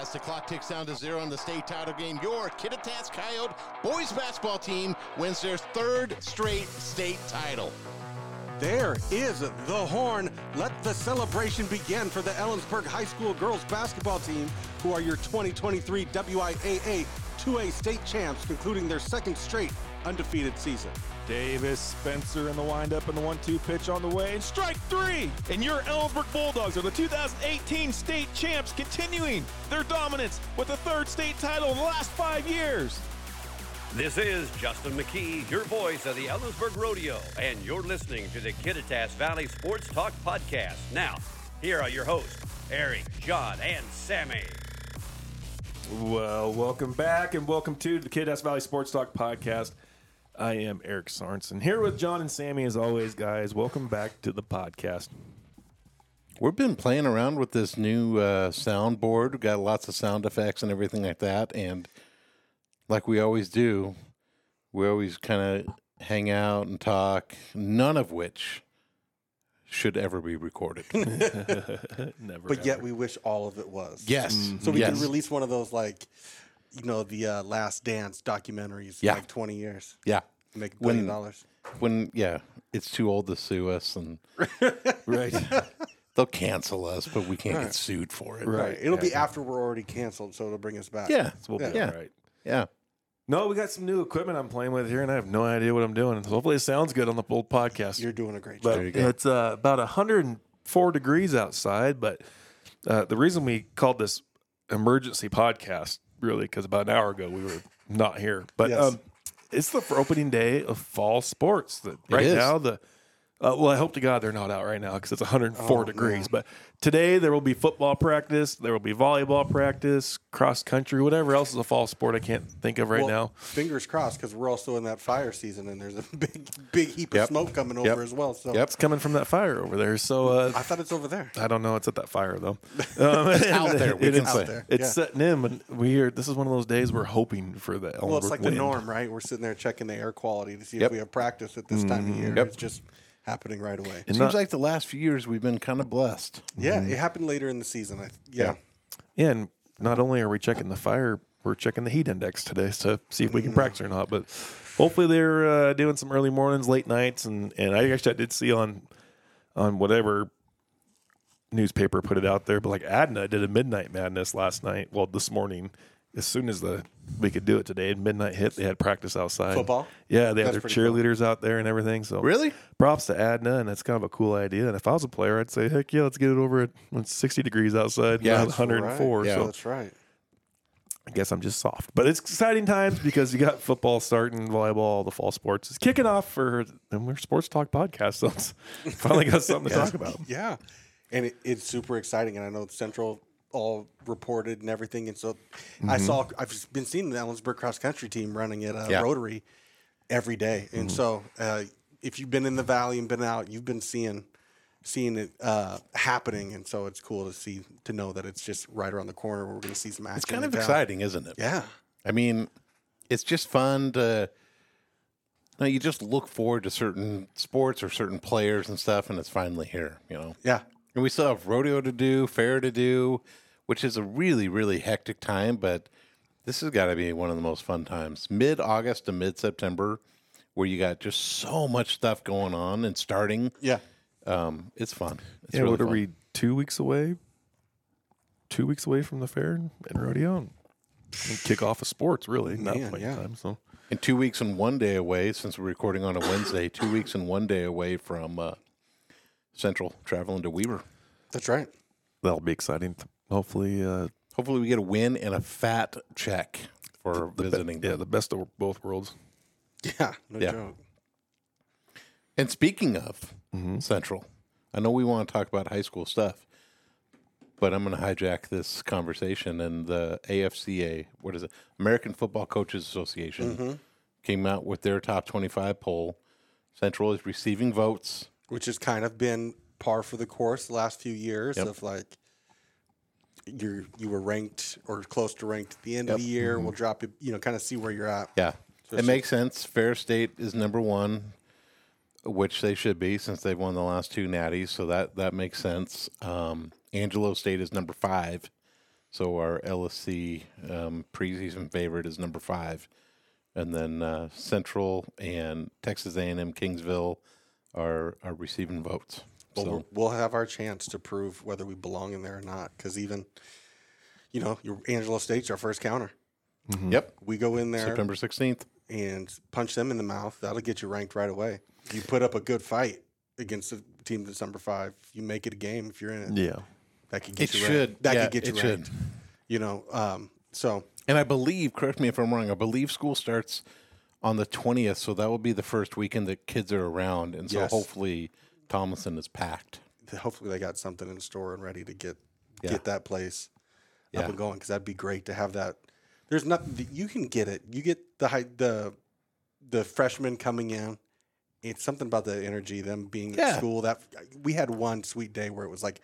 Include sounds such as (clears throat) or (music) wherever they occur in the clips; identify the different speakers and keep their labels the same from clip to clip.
Speaker 1: As the clock ticks down to zero in the state title game, your Kittitas Coyote boys basketball team wins their third straight state title.
Speaker 2: There is the horn. Let the celebration begin for the Ellensburg High School girls basketball team, who are your 2023 WIAA 2A state champs, concluding their second straight undefeated season.
Speaker 3: Davis, Spencer in the windup and the one-two pitch on the way and strike three. And your Ellensburg Bulldogs are the 2018 state champs, continuing their dominance with the third state title in the last five years.
Speaker 4: This is Justin McKee, your voice of the Ellensburg Rodeo, and you're listening to the Kittitas Valley Sports Talk Podcast. Now, here are your hosts, Eric, John, and Sammy.
Speaker 3: Well, welcome back and welcome to the Kittitas Valley Sports Talk Podcast. I am Eric Sorensen here with John and Sammy as always, guys. Welcome back to the podcast.
Speaker 1: We've been playing around with this new uh, soundboard. We've got lots of sound effects and everything like that. And like we always do, we always kind of hang out and talk, none of which should ever be recorded.
Speaker 3: Never.
Speaker 5: but yet we wish all of it was.
Speaker 1: yes.
Speaker 5: So we
Speaker 1: yes.
Speaker 5: can release one of those like, you know, the uh, Last Dance documentaries. in,
Speaker 1: Yeah.
Speaker 5: Like twenty years,
Speaker 1: Yeah.
Speaker 5: make a
Speaker 1: When-
Speaker 5: billion dollars.
Speaker 1: When, yeah, it's too old to sue us and
Speaker 3: (laughs) right.
Speaker 1: they'll cancel us, but we can't get sued for it.
Speaker 5: Right. It'll be after we're already canceled, so it'll bring us back.
Speaker 1: Yeah.
Speaker 3: We'll be
Speaker 1: Yeah.
Speaker 3: all right.
Speaker 1: Yeah.
Speaker 3: No, we got some new equipment I'm playing with here, and I have no idea what I'm doing. So hopefully, it sounds good on the old podcast.
Speaker 5: You're doing a great job.
Speaker 3: but it's uh, about 104 degrees outside. But uh, the reason we called this emergency podcast really because about an hour ago we were not here. But
Speaker 5: Yes.
Speaker 3: um, it's the opening day of fall sports. That right
Speaker 1: is.
Speaker 3: now the uh, well, I hope to God they're not out right now because it's 104
Speaker 5: Oh,
Speaker 3: degrees. But today there will be football practice, there will be volleyball practice, cross country, whatever else is a fall sport I can't think of right
Speaker 5: Well,
Speaker 3: now.
Speaker 5: fingers crossed, because we're also in that fire season, and there's a (laughs) big, big heap
Speaker 1: Yep.
Speaker 5: of smoke coming
Speaker 1: Yep.
Speaker 5: over as well. So
Speaker 1: Yep.
Speaker 3: It's coming from that fire over there. So uh,
Speaker 5: I thought it's over there.
Speaker 3: I don't know. It's at that
Speaker 5: (laughs)
Speaker 3: fire though. Um, it's
Speaker 1: out
Speaker 3: (laughs)
Speaker 1: there, we can
Speaker 3: it's,
Speaker 1: say.
Speaker 3: It's
Speaker 5: Yeah.
Speaker 3: setting in, but we are. This is one of those days we're hoping for the.
Speaker 5: Well, it's like the
Speaker 3: wind.
Speaker 5: norm, right? We're sitting there checking the air quality to see
Speaker 1: Yep.
Speaker 5: if we have practice at this time of year.
Speaker 1: Yep.
Speaker 5: It's just happening right away.
Speaker 3: And
Speaker 1: Seems
Speaker 3: not-
Speaker 1: like the last few years we've been kind of blessed.
Speaker 5: Yeah, it happened later in the season. I, yeah.
Speaker 3: yeah, and not only are we checking the fire, we're checking the heat index today to see if we can practice or not. But hopefully they're uh, doing some early mornings, late nights, and and I actually I did see on on whatever newspaper put it out there, but like Adna did a midnight madness last night. Well, this morning. As soon as the we could do it today, midnight hit. They had practice outside.
Speaker 5: Football?
Speaker 3: yeah. They had
Speaker 5: That's
Speaker 3: their
Speaker 5: pretty cool.
Speaker 3: cheerleaders out there and everything. So
Speaker 1: Really?
Speaker 3: props to Adna, and that's kind of a cool idea. And if I was a player, I'd say, heck yeah, let's get it over at when it's 60 degrees outside,
Speaker 1: Yeah,
Speaker 3: yeah,
Speaker 1: that's
Speaker 3: 104.
Speaker 1: right. Yeah.
Speaker 3: So
Speaker 5: That's right.
Speaker 3: I guess I'm just soft. But it's exciting times because you got football starting, volleyball, all the fall sports is kicking off for, and we're Sports Talk podcast, (laughs) so it's finally got something to talk about.
Speaker 5: Yeah, and it, it's super exciting. And I know Central all reported and everything. And so I saw I've just been seeing the Ellensburg cross country team running at uh,
Speaker 1: Mm-hmm. Yeah. Mm-hmm.
Speaker 5: Rotary every day. And so uh, if you've been in the valley and been out, you've been seeing seeing it uh, happening. And so it's cool to see to know that it's just right around the corner. Where we're going to see some action.
Speaker 1: It's kind of
Speaker 5: down.
Speaker 1: exciting, isn't it?
Speaker 5: Yeah.
Speaker 1: I mean, it's just fun to. No, you just look forward to certain sports or certain players and stuff, and it's finally here. You know,
Speaker 5: Yeah.
Speaker 1: and we still have rodeo to do, fair to do, which is a really, really hectic time. But this has got to be one of the most fun times, mid August to mid September, where you got just so much stuff going on and starting.
Speaker 5: Yeah.
Speaker 1: Um, it's fun. It's
Speaker 3: Yeah,
Speaker 1: really
Speaker 3: what are
Speaker 1: fun.
Speaker 3: we, two weeks away? Two weeks away from the fair and rodeo and, and kick off of sports, really, not
Speaker 5: Man,
Speaker 3: playing
Speaker 5: yeah.
Speaker 3: time. So
Speaker 1: and two weeks and one day away since we're recording on a Wednesday. two weeks and one day away from uh, Central traveling to Weaver.
Speaker 5: That's right. (laughs)
Speaker 3: that'll be exciting. Hopefully, uh,
Speaker 1: Hopefully, we get a win and a fat check for visiting.
Speaker 3: yeah, the best of both worlds.
Speaker 5: Yeah. No
Speaker 1: Yeah.
Speaker 5: joke.
Speaker 1: And speaking of
Speaker 3: Mm-hmm.
Speaker 1: Central, I know we want to talk about high school stuff, but I'm going to hijack this conversation. And the AFCA, what is it? American Football Coaches Association,
Speaker 3: Mm-hmm.
Speaker 1: came out with their top 25 poll. Central is receiving votes.
Speaker 5: which has kind of been par for the course the last few years
Speaker 1: Yep.
Speaker 5: of like you you were ranked or close to ranked at the end of the year. We'll drop it, you know, kind of see where you're at.
Speaker 1: Mm-hmm. Yeah.
Speaker 5: So
Speaker 1: it
Speaker 5: it's
Speaker 1: makes sense. Fair State is number one, which they should be since they've won the last two natties. So that, that makes sense. Um, Angelo State is number five. So our LSC um, preseason favorite is number five, and then uh, Central and Texas A&M Kingsville are are receiving votes.
Speaker 5: Well,
Speaker 1: So
Speaker 5: we'll we'll have our chance to prove whether we belong in there or not. Because even, you know, your Angelo State's our first counter.
Speaker 1: yep,
Speaker 5: We go in there
Speaker 1: September sixteenth.
Speaker 5: and punch them in the mouth. That'll get you ranked right away. You put up a good fight against a team that's number five. You make it a game if you're in it.
Speaker 3: Yeah.
Speaker 5: That could
Speaker 1: It
Speaker 5: get you
Speaker 1: should
Speaker 5: ranked. That
Speaker 1: yeah,
Speaker 5: could get you
Speaker 1: it should.
Speaker 5: ranked. You know, um, so
Speaker 1: And I believe, correct me if I'm wrong, I believe school starts on the 20th, so that will be the first weekend that kids are around. And so
Speaker 5: Yes.
Speaker 1: hopefully Tomlinson is packed.
Speaker 5: hopefully they got something in store and ready to get
Speaker 1: Yeah.
Speaker 5: get that place
Speaker 1: Yeah.
Speaker 5: up and going because that'd be great to have that. There's nothing that you can get it. You get the high, the the freshmen coming in. It's something about the energy, them being at
Speaker 1: Yeah.
Speaker 5: school. That we had one sweet day where it was like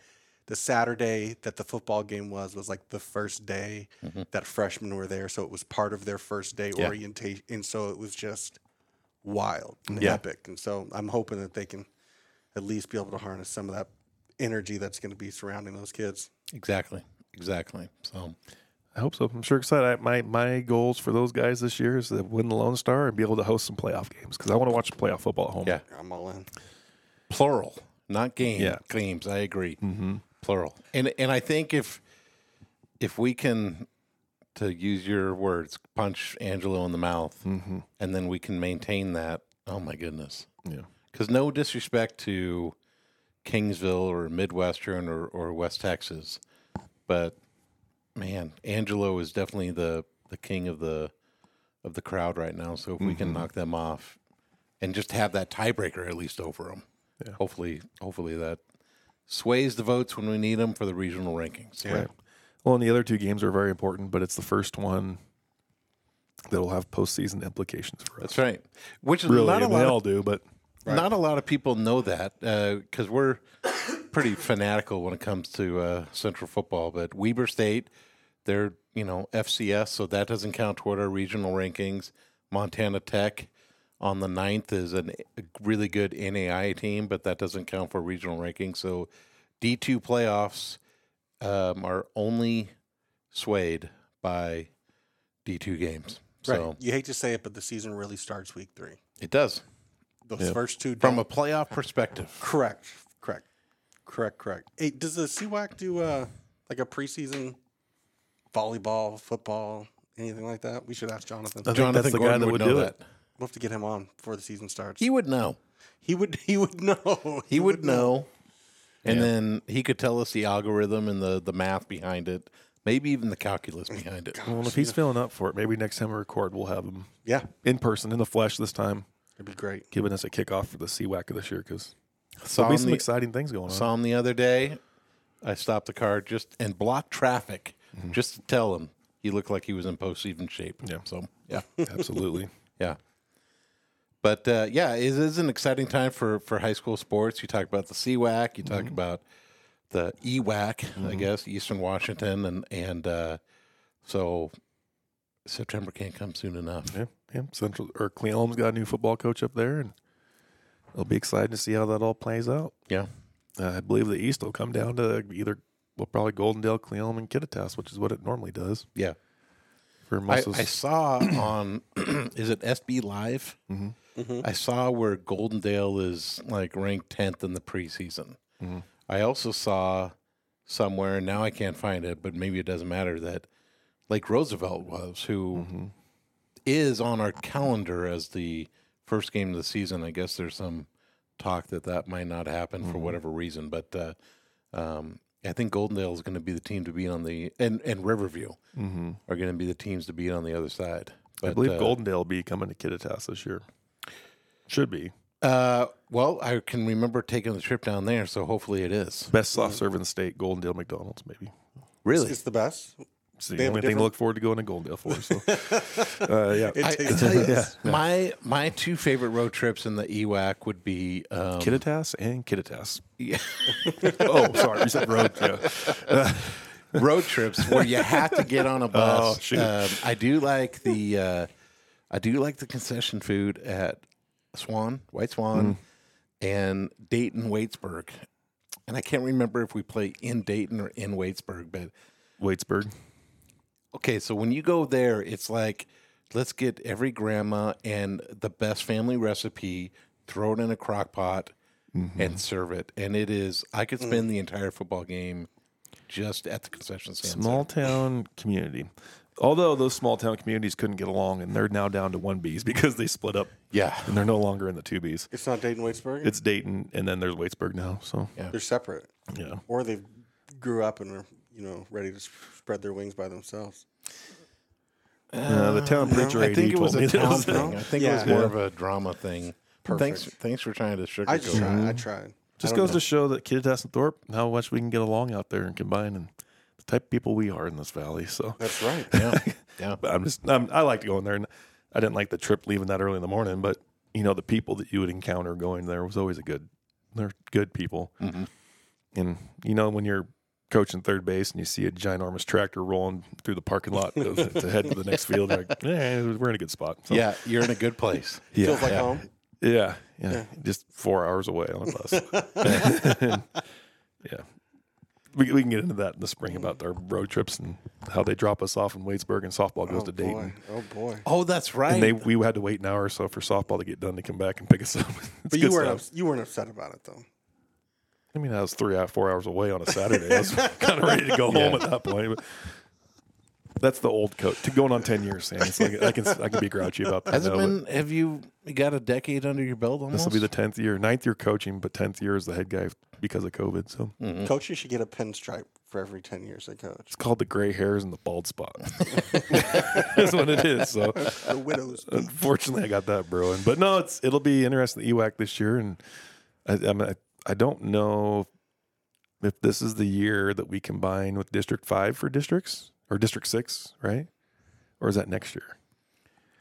Speaker 5: the Saturday that the football game was was like the first day that freshmen were there, so it was part of their first day
Speaker 1: Mm-hmm. Yeah.
Speaker 5: orientation, and so it was just wild and
Speaker 1: Yeah.
Speaker 5: epic. And so I'm hoping that they can at least be able to harness some of that energy that's going to be surrounding those kids.
Speaker 1: Exactly. Exactly. So
Speaker 3: I hope so. I'm sure excited. I, my my goals for those guys this year is to win the Lone Star and be able to host some playoff games because I want to watch playoff football at home.
Speaker 1: Yeah.
Speaker 5: I'm all in.
Speaker 1: plural, not game
Speaker 3: Yeah.
Speaker 1: games. I agree. Mm-hmm. Plural. And and I think if if we can to use your words, punch Angelo in the mouth,
Speaker 3: Mm-hmm.
Speaker 1: and then we can maintain that. Oh my goodness.
Speaker 3: Yeah.
Speaker 1: Because no disrespect to Kingsville or Midwestern or, or West Texas, but man, Angelo is definitely the, the king of the of the crowd right now. So if we can
Speaker 3: Mm-hmm.
Speaker 1: knock them off and just have that tiebreaker at least over them, hopefully, hopefully that sways the votes when we need them for the regional rankings.
Speaker 5: Yeah.
Speaker 3: Right. Well, and the other two games are very important, but it's the first one that will have postseason implications for us.
Speaker 1: That's right. Which is
Speaker 3: Really,
Speaker 1: not a
Speaker 3: and they
Speaker 1: lot of
Speaker 3: all do, but
Speaker 1: Not a lot of people know that because we're pretty fanatical when it comes to uh, Central football. But Weber State, they're you know FCS, so that doesn't count toward our regional rankings. Montana Tech on the 9th is an, a really good NAI team, but that doesn't count for regional rankings. So D two playoffs um, are only swayed by D two games.
Speaker 5: Right.
Speaker 1: So
Speaker 5: You hate to say it, but the season really starts week three.
Speaker 1: it does
Speaker 5: Those first two
Speaker 1: from
Speaker 5: don't-
Speaker 1: a playoff perspective.
Speaker 5: correct, correct, correct, correct. Hey, does the CWAC do uh, like a preseason volleyball, football, anything like that? We should ask Jonathan.
Speaker 3: I
Speaker 5: We'll
Speaker 3: think that's the guy that would do it.
Speaker 5: have to get him on before the season starts.
Speaker 1: He would know.
Speaker 5: He would. He would know.
Speaker 1: (laughs) He would know. And then he could tell us the algorithm and the, the math behind it, maybe even the calculus behind it.
Speaker 3: Well, if he's feeling up for it, maybe next time we record, we'll have him
Speaker 5: Yeah,
Speaker 3: in person, in the flesh this time,
Speaker 5: it'd be great.
Speaker 3: giving us a kickoff for the CWAC of this year because
Speaker 1: Saw
Speaker 3: there'll be
Speaker 1: him,
Speaker 3: some
Speaker 1: the,
Speaker 3: exciting things going on.
Speaker 1: saw him the other day. I stopped the car just and blocked traffic just to tell him he looked like he was in postseason shape.
Speaker 3: Yeah.
Speaker 1: So, yeah.
Speaker 3: Absolutely.
Speaker 1: Yeah. But uh, yeah, it is an exciting time for, for high school sports. You talk about the CWAC, you talk about the E EWAC, I guess, Eastern Washington, and and uh, so September can't come soon enough.
Speaker 3: yeah, yeah. Central or Cleveland's got a new football coach up there, and it'll be exciting to see how that all plays out.
Speaker 1: Yeah,
Speaker 3: Uh, I believe the East will come down to either well, probably Goldendale, Cleveland, and Kittitas, which is what it normally does
Speaker 1: yeah.
Speaker 3: for
Speaker 1: I,
Speaker 3: most of
Speaker 1: I saw on (clears throat) is it SB Live? I saw where Goldendale is like ranked tenth in the preseason. I also saw somewhere, and now I can't find it, but maybe it doesn't matter that Lake Roosevelt was who
Speaker 3: Mm-hmm.
Speaker 1: is on our calendar as the first game of the season. I guess there's some talk that that might not happen
Speaker 3: Mm-hmm.
Speaker 1: for whatever reason, but. Uh, um, I think Goldendale is going to be the team to beat on the and and Riverview are going to be the teams to beat on the other side.
Speaker 3: Mm-hmm. I believe
Speaker 1: uh,
Speaker 3: Goldendale will be coming to Kittitas this year. Should be
Speaker 1: Uh, well, I can remember taking the trip down there, so hopefully it is.
Speaker 3: best soft serve in the state. Goldendale McDonald's maybe.
Speaker 1: Really,
Speaker 5: It's the best.
Speaker 3: It's the
Speaker 5: They have
Speaker 3: only
Speaker 5: a
Speaker 3: thing to
Speaker 5: different-
Speaker 3: look forward to going to Goldendale for. So,
Speaker 5: (laughs)
Speaker 3: uh, (laughs) yeah,
Speaker 5: It
Speaker 1: I, I (laughs)
Speaker 5: tastes
Speaker 1: tell you, my my two favorite road trips in the E EWAC would be um,
Speaker 3: Kittitas and Kittitas. (laughs) oh, sorry, you said road. Yeah. Uh,
Speaker 1: road trips where you have to
Speaker 3: (laughs)
Speaker 1: get on a
Speaker 3: Oh,
Speaker 1: bus.
Speaker 3: shoot.
Speaker 1: um, I do like the uh, I do like the concession food at Swan, White Swan,
Speaker 3: Mm.
Speaker 1: and Dayton Waitsburg. And I can't remember if we play in Dayton or in Waitsburg, but
Speaker 3: Waitsburg.
Speaker 1: Okay, so when you go there, it's like let's get every grandma and the best family recipe, throw it in a crock pot,
Speaker 3: Mm-hmm.
Speaker 1: and serve it. And it is I could spend the entire football game just at the concession stand.
Speaker 3: Small town community. Although those small town communities couldn't get along, and they're now down to one B's (laughs) because they split up,
Speaker 1: Yeah.
Speaker 3: and they're no longer in the two B's.
Speaker 5: It's not Dayton Waitsburg.
Speaker 3: It's Dayton, and then there's Waitsburg now. So
Speaker 1: Yeah.
Speaker 5: They're separate,
Speaker 3: yeah.
Speaker 5: or they grew up and are you know ready to spread their wings by themselves.
Speaker 3: Uh, the town preacher
Speaker 1: I
Speaker 3: AD
Speaker 1: think it was
Speaker 3: told me
Speaker 1: a
Speaker 3: that
Speaker 1: town
Speaker 3: was-
Speaker 1: thing. I think it was
Speaker 5: Yeah.
Speaker 1: more of a drama thing. Thanks, thanks for trying to
Speaker 5: I just
Speaker 1: sugarcoat. it.
Speaker 5: tried. I tried.
Speaker 3: Just
Speaker 5: I don't
Speaker 3: goes to show that Kittitas and Thorpe, how much we can get along out there and combine, and the type of people we are in this valley. So
Speaker 5: know. That's
Speaker 3: (laughs)
Speaker 5: right.
Speaker 1: Yeah, yeah.
Speaker 3: But uh, I'm just I'm, I like to go in there, and I didn't like the trip leaving that early in the morning. But you know, the people that you would encounter going there was always a good. They're good people, and you know when you're coaching third base and you see a ginormous tractor rolling through the parking lot to, to head to the next field, you're like, eh, we're in a good spot. So,
Speaker 1: Yeah, you're in a good place.
Speaker 3: (laughs) yeah,
Speaker 5: Feels like
Speaker 1: Yeah.
Speaker 5: home.
Speaker 3: yeah, yeah, Just four hours away on a bus. (laughs) yeah. We, we can get into that in the spring about our road trips and how they drop us off in Waitsburg and softball goes
Speaker 5: Oh
Speaker 3: to Dayton.
Speaker 5: boy. Oh boy.
Speaker 1: Oh, that's right.
Speaker 3: And they we had to wait an hour or so for softball to get done to come back and pick us up. (laughs) It's
Speaker 5: But you
Speaker 3: good
Speaker 5: weren't
Speaker 3: stuff.
Speaker 5: ups- you weren't upset about it though.
Speaker 3: I mean, I was three out four hours away on a Saturday. I was (laughs) kind of ready to go home at that point. But that's the old coach. To going on ten years, Sam. It's like, I can I can be grouchy about that.
Speaker 1: Has it
Speaker 3: now, but
Speaker 1: been? Have you got a decade under your belt? Almost.
Speaker 3: This will be the tenth year, ninth year coaching, but tenth year as the head guy because of COVID. So
Speaker 1: Hmm.
Speaker 5: Coaches should get a pinstripe for every ten years they coach.
Speaker 3: it's called the gray hairs and the bald spot. (laughs) That's what it is. So
Speaker 5: The
Speaker 3: (laughs)
Speaker 5: widows.
Speaker 3: Unfortunately, I got that brewing, but no, it's it'll be interesting the E EWAC this year, and I, I mean, I, I don't know if this is the year that we combine with District Five for districts or District Six, right? Or is that next year?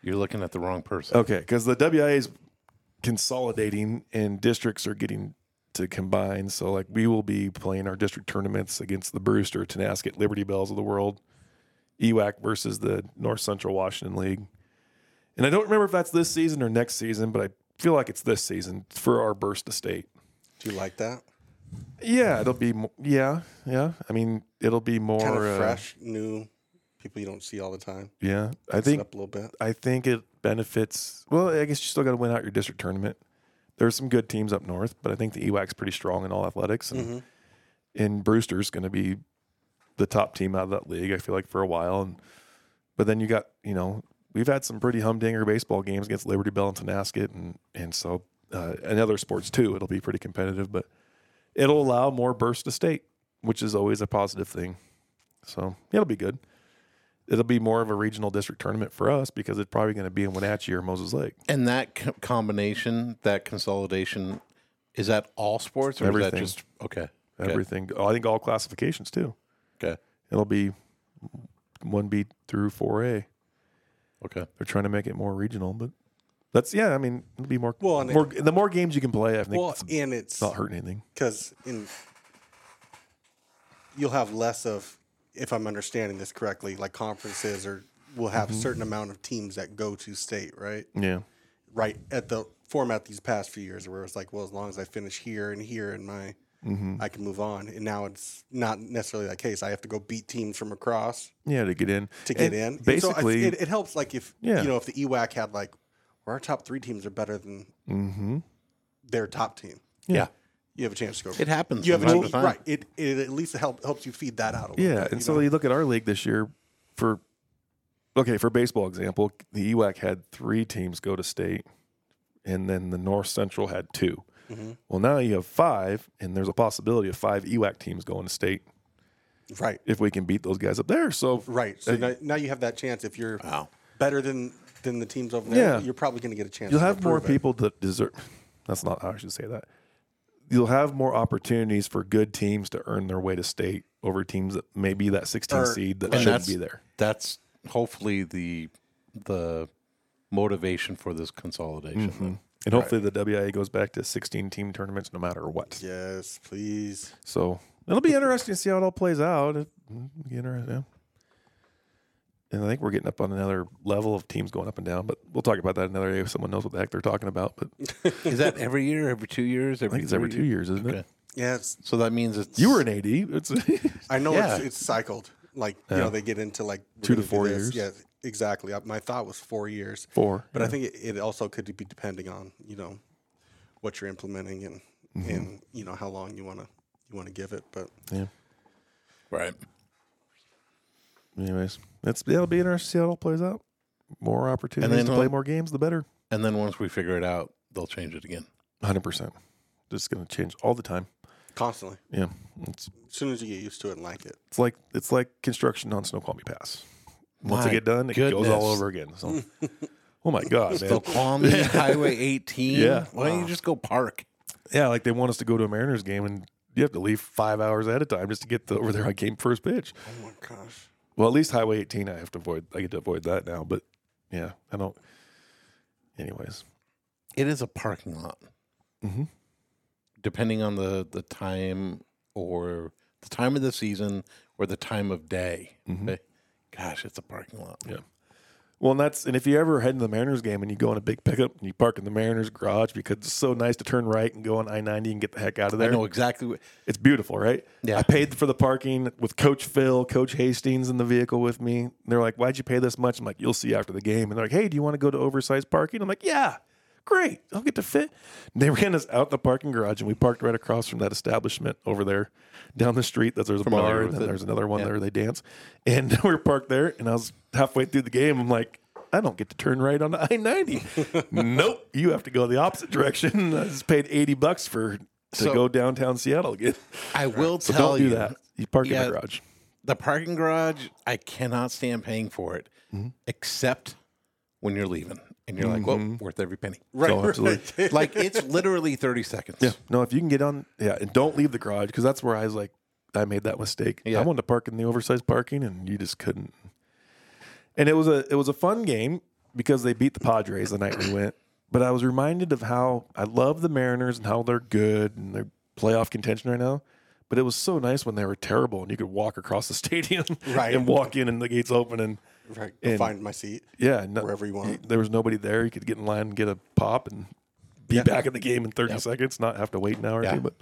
Speaker 1: You're looking at the wrong person.
Speaker 3: Okay, because the WIA is consolidating and districts are getting to combine. So, like, we will be playing our district tournaments against the Brewster, Tenasket, Liberty Bells of the world, E EWAC versus the North Central Washington League. And I don't remember if that's this season or next season, but I feel like it's this season for our burst of state.
Speaker 5: Do you like that?
Speaker 3: Yeah, it'll be, mo- yeah, yeah. I mean, it'll be more
Speaker 5: Kind of
Speaker 3: uh,
Speaker 5: fresh, new people you don't see all the time.
Speaker 3: yeah, I
Speaker 5: Sit
Speaker 3: think
Speaker 5: up a little bit.
Speaker 3: I think it benefits. Well, I guess you still got to win out your district tournament. There's some good teams up north, but I think the E EWAC's pretty strong in all athletics, and and Brewster's going to be the top team out of that league. I feel like for a while, and but then you got you know we've had some pretty humdinger baseball games against Liberty Bell and Tenasket, and and so uh, and other sports too. It'll be pretty competitive, but it'll allow more bursts to state, which is always a positive thing. So yeah, it'll be good it'll be more of a regional district tournament for us because it's probably going to be in Wenatchee or Moses Lake.
Speaker 1: And that co- combination, that consolidation, is that all sports or is that
Speaker 3: Everything.
Speaker 1: just okay? okay,
Speaker 3: Everything. I think all classifications too.
Speaker 1: Okay.
Speaker 3: It'll be one B through four A.
Speaker 1: Okay.
Speaker 3: They're trying to make it more regional, but that's yeah. I mean, it'll be more.
Speaker 5: Well, and it-
Speaker 3: more the more games you can play, I think
Speaker 5: Well,
Speaker 3: it's
Speaker 5: and it's
Speaker 3: not hurting anything.
Speaker 5: because in you'll have less of if i'm understanding this correctly like conferences or we'll have
Speaker 3: Mm-hmm.
Speaker 5: a certain amount of teams that go to state right
Speaker 3: Yeah,
Speaker 5: right at the format these past few years where it's like well as long as i finish here and here and my
Speaker 3: Mm-hmm.
Speaker 5: i can move on and now it's not necessarily that case i have to go beat teams from across
Speaker 3: yeah, to get in
Speaker 5: to get
Speaker 3: And
Speaker 5: in And so I-
Speaker 3: Basically,
Speaker 5: it, it helps like if
Speaker 3: Yeah.
Speaker 5: you know if the E ewac had like well, our top three teams are better than
Speaker 3: Mm-hmm.
Speaker 5: their top team
Speaker 1: Yeah.
Speaker 5: you have a chance to go
Speaker 1: It happens.
Speaker 5: you have
Speaker 1: from time
Speaker 5: a
Speaker 1: to time.
Speaker 5: right. It, it at least help, helps you feed that out. A little
Speaker 3: Yeah,
Speaker 5: bit,
Speaker 3: and
Speaker 5: you
Speaker 3: so
Speaker 5: know?
Speaker 3: you look at our league this year for okay for baseball example, the E EWAC had three teams go to state, and then the North Central had 2
Speaker 5: Mm-hmm.
Speaker 3: Well, now you have five, and there's a possibility of five E EWAC teams going to state
Speaker 5: right,
Speaker 3: if we can beat those guys up there. So uh,
Speaker 5: right. So now, now you have that chance. If you're better than than the teams over there,
Speaker 3: Yeah.
Speaker 5: you're probably going to get a chance.
Speaker 3: you'll
Speaker 5: to
Speaker 3: have more
Speaker 5: improve it.
Speaker 3: people that deserve. That's not how I should say that. You'll have more opportunities for good teams to earn their way to state over teams that maybe that 16
Speaker 5: Or-
Speaker 3: seed that
Speaker 1: And
Speaker 3: shouldn't
Speaker 1: that's
Speaker 3: be there.
Speaker 1: That's hopefully the the motivation for this consolidation.
Speaker 3: And hopefully the WIA goes back to 16 team tournaments no matter what.
Speaker 5: Yes, please.
Speaker 3: So it'll be interesting to see how it all plays out. It- mm, it'll be interesting, yeah. And I think we're getting up on another level of teams going up and down, but we'll talk about that another day if someone knows what the heck they're talking about. But
Speaker 5: (laughs)
Speaker 3: I
Speaker 1: Is that every year? Every two years? Every
Speaker 3: think it's every two years, isn't
Speaker 1: Okay.
Speaker 3: it?
Speaker 5: Yes,
Speaker 1: So that means it's
Speaker 3: You were an AD. It's
Speaker 5: (laughs) I know
Speaker 1: Yeah.
Speaker 5: it's, it's cycled. Like you know, they get into like we're
Speaker 3: Two
Speaker 5: gonna
Speaker 3: to
Speaker 5: do
Speaker 3: four
Speaker 5: this.
Speaker 3: years.
Speaker 5: Yeah, exactly. I, my thought was four years.
Speaker 3: (laughs) Four,
Speaker 5: but I think it, it also could be depending on you know what you're implementing and
Speaker 3: Mm-hmm.
Speaker 5: and you know how long you want to you want to give it. But
Speaker 1: Right.
Speaker 3: Anyways, it's it'll be interesting to see how it all plays out. More opportunities
Speaker 1: then
Speaker 3: to play
Speaker 1: I'll-
Speaker 3: more games, the better.
Speaker 1: And then once we figure it out, they'll change it again.
Speaker 3: Hundred percent. Just gonna change all the time.
Speaker 5: constantly,
Speaker 3: Yeah, it's
Speaker 5: as soon as you get used to it and like it,
Speaker 3: it's like it's like construction on Snoqualmie Pass. Once
Speaker 1: My
Speaker 3: I get done, it goes
Speaker 1: goodness.
Speaker 3: all over again.
Speaker 1: (laughs)
Speaker 3: So, oh my god, man.
Speaker 1: Palmy
Speaker 3: (laughs)
Speaker 1: Highway 18.
Speaker 3: Yeah.
Speaker 1: Why don't you just go park?
Speaker 3: yeah, like they want us to go to a Mariners game, and you have to leave five hours ahead of time just to get the, over there on game first pitch.
Speaker 5: oh my gosh,
Speaker 3: Well, at least Highway 18, I have to avoid. I get to avoid that now, but yeah, I don't. Anyways,
Speaker 1: It is a parking lot.
Speaker 3: Mhm.
Speaker 1: Depending on the, the time or the time of the season or the time of day. Okay? Gosh, it's a parking lot.
Speaker 3: Mm-hmm. Yeah. well, and that's and if you ever head into the Mariners game and you go in a big pickup and you park in the Mariners garage because it's so nice to turn right and go on I 90 and get the heck out of
Speaker 1: I
Speaker 3: there.
Speaker 1: know exactly what.
Speaker 3: It's beautiful, right?
Speaker 1: Yeah.
Speaker 3: I paid for the parking with Coach Phil, Coach Hastings in the vehicle with me. And they're like, "Why'd you pay this much?" I'm like, "You'll see after the game." And they're like, "Hey, do you want to go to oversized parking?" I'm like, "Yeah, great. I'll get to fit." And they ran us out the parking garage, and we parked right across from that establishment over there, down the street. That there's a
Speaker 1: Familiar
Speaker 3: bar,
Speaker 1: with
Speaker 3: and then
Speaker 1: it.
Speaker 3: there's another one there. where They dance, (laughs) and we were parked there. And I was halfway through the game. I'm like. I don't get to turn right on I
Speaker 1: (laughs)
Speaker 3: ninety. nope, you have to go the opposite direction. (laughs) I just paid eighty bucks for to
Speaker 1: So-
Speaker 3: go downtown Seattle again.
Speaker 1: I will
Speaker 3: So
Speaker 1: tell
Speaker 3: don't do
Speaker 1: you
Speaker 3: that. You park in
Speaker 1: Yeah.
Speaker 3: the garage.
Speaker 1: the parking garage, I cannot stand paying for it, except when you're leaving and you're like, well, worth every penny.
Speaker 5: right?
Speaker 3: Oh, absolutely.
Speaker 5: right.
Speaker 1: (laughs) like it's literally 30 seconds.
Speaker 3: Yeah. No, if you can get on, yeah, and don't leave the garage because that's where I was like, I made that mistake.
Speaker 1: Yeah.
Speaker 3: I wanted to park in the oversized parking, and you just couldn't. And it was a it was a fun game because they beat the Padres the night we went. But I was reminded of how I love the Mariners and how they're good and they're playoff contention right now. But it was so nice when they were terrible and you could walk across the (laughs) stadium
Speaker 5: Right.
Speaker 3: and walk in and the gates open and
Speaker 5: right. Go
Speaker 3: And-
Speaker 5: find my seat.
Speaker 3: Yeah, no,
Speaker 5: Wherever you want.
Speaker 3: There was nobody there. You could get in line and get a pop and be back in the game in 30 seconds, not have to wait an hour
Speaker 1: Yeah.
Speaker 3: or two. But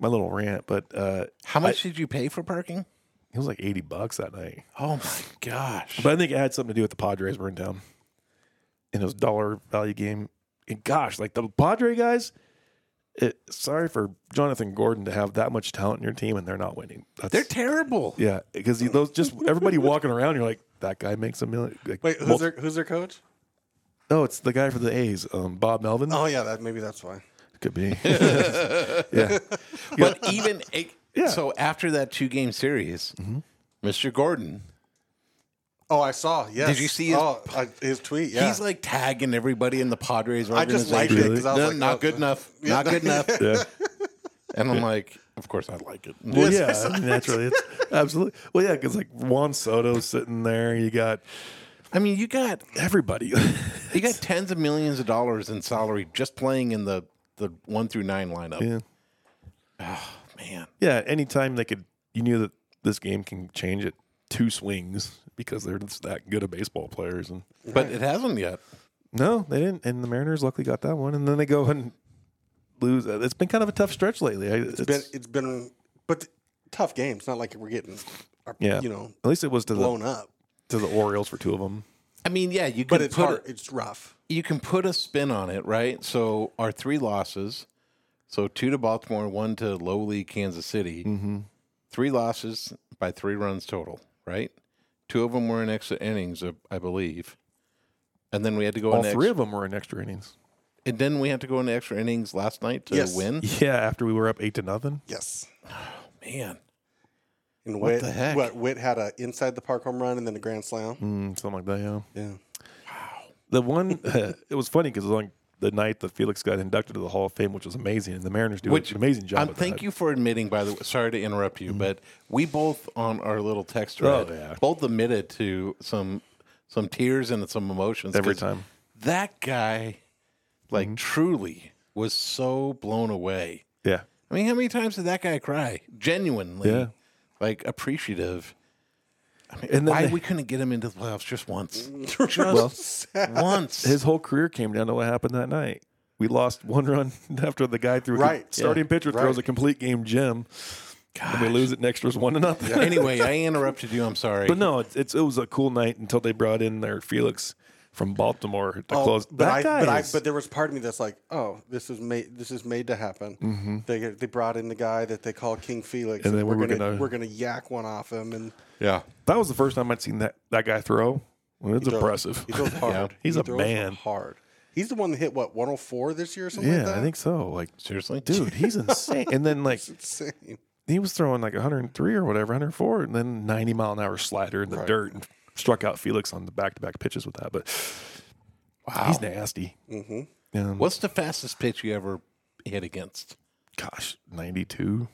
Speaker 3: my little rant, but uh,
Speaker 1: How much did you pay for parking?
Speaker 3: it was like 80 bucks that night.
Speaker 1: Oh my gosh.
Speaker 3: But I think it had something to do with the Padres were in town. And it was a dollar value game. And gosh, like the Padre guys, it, sorry for Jonathan Gordon to have that much talent in your team and they're not winning. That's,
Speaker 1: They're terrible.
Speaker 3: yeah, because you- those just everybody walking around, you're like, that guy makes a million. Like,
Speaker 5: Wait, who's
Speaker 3: mul-
Speaker 5: their who's their coach?
Speaker 3: No, it's the guy for the A's, um, Bob Melvin.
Speaker 5: Oh yeah, that maybe that's why. (laughs)
Speaker 3: Could be. (laughs) yeah.
Speaker 1: (laughs) But even it,
Speaker 3: Yeah.
Speaker 1: so after that two game series, Mr. Gordon,
Speaker 5: Oh, I saw. Yes.
Speaker 1: you see his-
Speaker 5: oh, I, his tweet? Yeah.
Speaker 1: he's like tagging everybody in the Padres
Speaker 5: I just
Speaker 1: organization.
Speaker 5: liked it 'cause I was
Speaker 1: No,
Speaker 5: like,
Speaker 1: not
Speaker 5: oh,
Speaker 1: good
Speaker 5: so-
Speaker 1: enough.
Speaker 5: (laughs)
Speaker 1: Not good enough.
Speaker 3: Yeah.
Speaker 1: And I'm like, of course I like it.
Speaker 3: Well, yeah, I mean,
Speaker 5: (laughs)
Speaker 3: naturally. It's absolutely. Well, yeah, because like Juan Soto's sitting there. You got
Speaker 1: I mean, you got
Speaker 5: (laughs)
Speaker 3: everybody.
Speaker 1: You got tens of millions of dollars in salary just playing in the the one through nine lineup.
Speaker 3: yeah.
Speaker 1: Man,
Speaker 3: Yeah. Anytime they could, you knew that this game can change it two swings because they're just that good of baseball players. And
Speaker 1: but it hasn't yet.
Speaker 3: no, they didn't. And the Mariners luckily got that one. And then they go and lose. Uh, It's been kind of a tough stretch lately. I, it's,
Speaker 5: been, it's been but tough games. Not like we're getting, our,
Speaker 3: yeah.
Speaker 5: you know,
Speaker 3: at least it was to
Speaker 5: blown
Speaker 3: the
Speaker 5: up.
Speaker 3: to the Orioles for two of them.
Speaker 1: I mean, yeah, you
Speaker 5: But
Speaker 1: can
Speaker 5: it's
Speaker 1: put
Speaker 5: hard.
Speaker 1: a,
Speaker 5: it's rough.
Speaker 1: you can put a spin on it, right? So our three losses, so two to Baltimore, one to lowly Kansas City, three losses by three runs total, right? Two of them were in extra innings, uh, I believe, and then we had to go
Speaker 3: All
Speaker 1: in
Speaker 3: three
Speaker 1: extra,
Speaker 3: of them were in extra innings. (laughs)
Speaker 1: and then we had to go into extra innings last night to
Speaker 5: Yes.
Speaker 1: win.
Speaker 3: Yeah, after we were up eight to nothing.
Speaker 5: Yes.
Speaker 1: Man,
Speaker 5: And what Witt,
Speaker 1: the heck?
Speaker 5: What Witt had a inside the park home run and then a grand slam.
Speaker 3: Mm, something like that. Yeah.
Speaker 5: Yeah.
Speaker 3: The one
Speaker 5: (laughs)
Speaker 3: (laughs) it was funny because it was on the night that Felix got inducted to the Hall of Fame, which was amazing, and the Mariners do
Speaker 1: Which-
Speaker 3: an amazing job.
Speaker 1: Um,
Speaker 3: with
Speaker 1: thank
Speaker 3: that. Mm-hmm.
Speaker 1: you for admitting, by the way. Sorry to interrupt you, but we both on our little text
Speaker 3: Oh,
Speaker 1: thread
Speaker 3: yeah.
Speaker 1: both admitted to some some tears and some emotions
Speaker 3: Every
Speaker 1: 'cause
Speaker 3: time. Mm-hmm.
Speaker 1: That guy, like, truly was so blown away.
Speaker 3: Yeah,
Speaker 1: I mean, how many times did that guy cry? Genuinely,
Speaker 3: Yeah.
Speaker 1: like appreciative. I mean,
Speaker 3: And then
Speaker 1: why
Speaker 3: they-
Speaker 1: we couldn't get him into the playoffs just once?
Speaker 3: (laughs)
Speaker 1: Just once.
Speaker 3: his whole career came down to what happened that night. We lost one run (laughs) after the guy threw a
Speaker 5: Right.
Speaker 3: starting pitcher
Speaker 5: Right.
Speaker 3: throws a complete game gem, And we lose it in extras one to nothing.
Speaker 1: anyway, I interrupted you. I'm sorry.
Speaker 3: But no, it's, it's it was a cool night until they brought in their Felix from Baltimore to
Speaker 5: Oh,
Speaker 3: close.
Speaker 5: But
Speaker 3: that
Speaker 5: I,
Speaker 3: guy
Speaker 5: but, I,
Speaker 3: is-
Speaker 5: but there was part of me that's like, oh, this is made. This is made to happen. They they brought in the guy that they call King Felix,
Speaker 3: Mm-hmm. And then we
Speaker 5: we're
Speaker 3: were
Speaker 5: gonna,
Speaker 3: gonna-
Speaker 5: we're gonna yak one off him, and
Speaker 1: Yeah.
Speaker 3: that was the first time I'd seen that that guy throw. Well, it's
Speaker 5: throws-
Speaker 3: impressive.
Speaker 5: he
Speaker 3: (laughs)
Speaker 5: throws hard.
Speaker 3: He's
Speaker 5: He
Speaker 3: a
Speaker 5: throws
Speaker 3: man.
Speaker 5: Hard. He's the one that hit what 104 this year or something. like
Speaker 3: yeah,
Speaker 5: that? (laughs)
Speaker 3: I think so. Like,
Speaker 1: Seriously?
Speaker 3: dude, he's insane. and then like
Speaker 5: Insane.
Speaker 3: he was throwing like 103 or whatever, 104, and then 90 mile an hour slider in the dirt and struck out Felix on the back to back pitches with that. But wow, he's nasty. Mm-hmm.
Speaker 1: What's the fastest pitch you ever hit against?
Speaker 3: gosh, 92,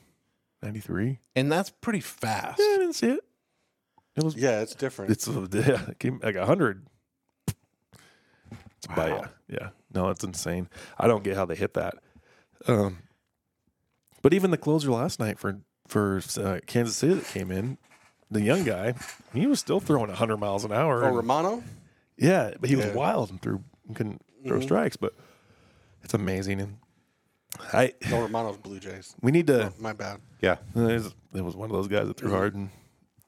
Speaker 3: 93.
Speaker 1: And that's pretty fast.
Speaker 3: Yeah, I didn't see it. It was
Speaker 5: Yeah, it's different.
Speaker 3: It's (laughs) uh, yeah, it came like a hundred. It's about- yeah, yeah. No, it's insane. I don't get how they hit that. Um, but even the closer last night for for uh, Kansas City that came in, the young guy, he was still throwing hundred miles an hour.
Speaker 5: oh, Romano.
Speaker 3: yeah, but he was
Speaker 5: Yeah. Mm-hmm.
Speaker 3: wild and threw couldn't throw strikes. But it's amazing. And I
Speaker 5: No, Romano's Blue Jays.
Speaker 3: we need to.
Speaker 5: My bad.
Speaker 1: Yeah.
Speaker 3: There's, there was one of those guys that threw hard, and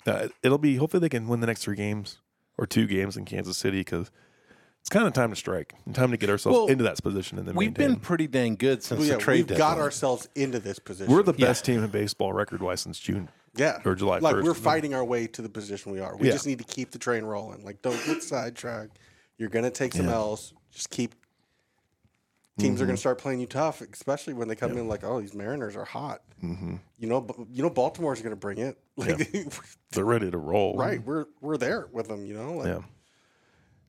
Speaker 3: uh, it'll be hopefully they can win the next three games or two games in Kansas City because it's kind of time to strike and time to get ourselves
Speaker 1: Well,
Speaker 3: into that position. And then
Speaker 1: We've
Speaker 3: maintain.
Speaker 1: been pretty dang good since
Speaker 5: Well, yeah,
Speaker 1: the trade
Speaker 5: we've got
Speaker 1: deadline.
Speaker 5: ourselves into this position.
Speaker 3: we're the best team in baseball record wise since June.
Speaker 5: yeah
Speaker 3: or July
Speaker 5: Like
Speaker 3: 1st.
Speaker 5: we're fighting our way to the position we are. We
Speaker 3: Yeah.
Speaker 5: just need to keep the train rolling. Like don't
Speaker 3: (laughs)
Speaker 5: get sidetracked. You're gonna take some L's. Just keep. Teams are gonna
Speaker 3: Mm-hmm.
Speaker 5: start playing you tough, especially when they come in like, oh, these Mariners are hot.
Speaker 3: Mm-hmm.
Speaker 5: You know, Bu- you know, Baltimore's gonna bring it. (laughs) Like,
Speaker 3: They're ready to roll.
Speaker 5: right? We're we're there with them. You know, like,
Speaker 3: Yeah.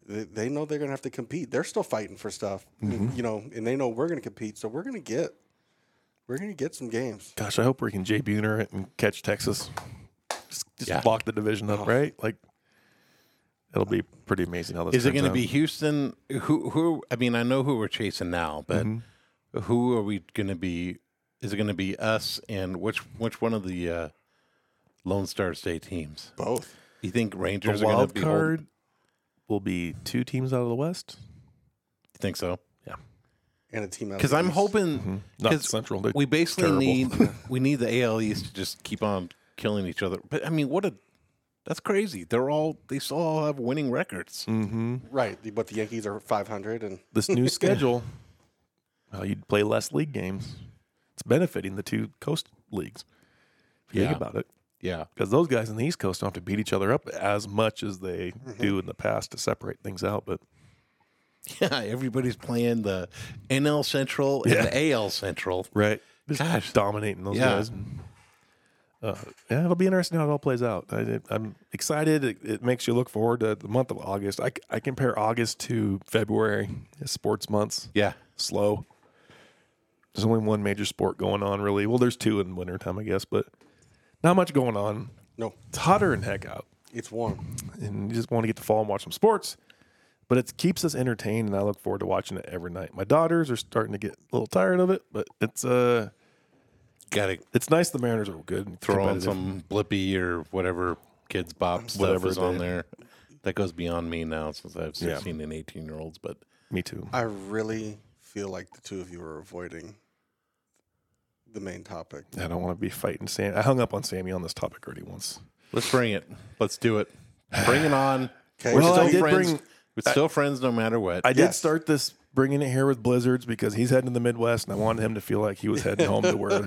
Speaker 5: they, they know they're gonna have to compete. They're still fighting for stuff.
Speaker 3: Mm-hmm.
Speaker 5: You know, and they know we're gonna compete, so we're gonna get. We're gonna get some games.
Speaker 3: Gosh, I hope we can Jay Buhner it and catch Texas. Just, just
Speaker 1: Yeah. Oh.
Speaker 3: lock the division up, right? Like it'll be pretty amazing. How this
Speaker 1: Is it
Speaker 3: turns
Speaker 1: going to
Speaker 3: out.
Speaker 1: be Houston? Who? Who? I mean, I know who we're chasing now, but who are we going to be? Is it going to be us and which which one of the uh, Lone Star State teams?
Speaker 5: Both.
Speaker 1: You think
Speaker 3: the
Speaker 1: Rangers are going to
Speaker 3: wild
Speaker 1: be? Card?
Speaker 3: card? Will be two teams out of the West.
Speaker 1: you think so?
Speaker 5: And a team out of
Speaker 1: Because
Speaker 5: the
Speaker 1: I'm
Speaker 5: East.
Speaker 1: hoping
Speaker 3: Mm-hmm. Not
Speaker 1: 'cause
Speaker 3: Central, they're
Speaker 1: We basically
Speaker 3: terrible. (laughs)
Speaker 1: need we need the AL East to just keep on killing each other. But I mean, what a that's crazy. They're all they still all have winning records.
Speaker 3: Mm.
Speaker 5: Right, the- but the Yankees are 500, and (laughs)
Speaker 3: this new schedule, well, you'd play less league games. It's benefiting the two coast leagues. If you
Speaker 1: Yeah.
Speaker 3: think about it,
Speaker 1: Yeah, (laughs)
Speaker 3: because those guys in the East Coast don't have to beat each other up as much as they do in the past to separate things out. But
Speaker 1: yeah. Everybody's playing the NL Central and the AL Central.
Speaker 3: right, just
Speaker 1: Gosh.
Speaker 3: dominating those
Speaker 1: Yeah.
Speaker 3: guys. And, uh, yeah, it'll be interesting how it all plays out. I, I'm excited. It, it makes you look forward to the month of August. I, c- I compare August to February as sports months.
Speaker 1: Yeah,
Speaker 3: slow. There's only one major sport going on, really. Well, there's two in wintertime, I guess, but not much going on.
Speaker 5: no,
Speaker 3: It's hotter than heck out,
Speaker 5: it's warm.
Speaker 3: and you just want to get to fall and watch some sports. But it keeps us entertained, and I look forward to watching it every night. My daughters are starting to get a little tired of it, but it's uh,
Speaker 1: got to
Speaker 3: it's nice the Mariners are good. And
Speaker 1: throw on
Speaker 3: competitive.
Speaker 1: some blippy or whatever kids bop stuff
Speaker 3: Whatever
Speaker 1: is
Speaker 3: they-
Speaker 1: on there. That goes beyond me now since I have
Speaker 3: Yeah.
Speaker 1: 16 and 18 year olds. But
Speaker 3: Me too.
Speaker 5: I really feel like the two of you are avoiding the main topic.
Speaker 3: I don't want to be fighting Sam. I hung up on Sammy on this topic already once.
Speaker 1: let's bring it. Let's
Speaker 3: (sighs)
Speaker 1: do it. Bring it on.
Speaker 5: Okay,
Speaker 1: We're
Speaker 5: Well,
Speaker 1: still
Speaker 5: I did
Speaker 1: friends.
Speaker 3: bring-
Speaker 1: We're still friends no matter what.
Speaker 3: I did
Speaker 5: Yes.
Speaker 3: start this bringing it here with blizzards because he's heading to the Midwest, and I wanted him to feel like he was heading home to where. (laughs) All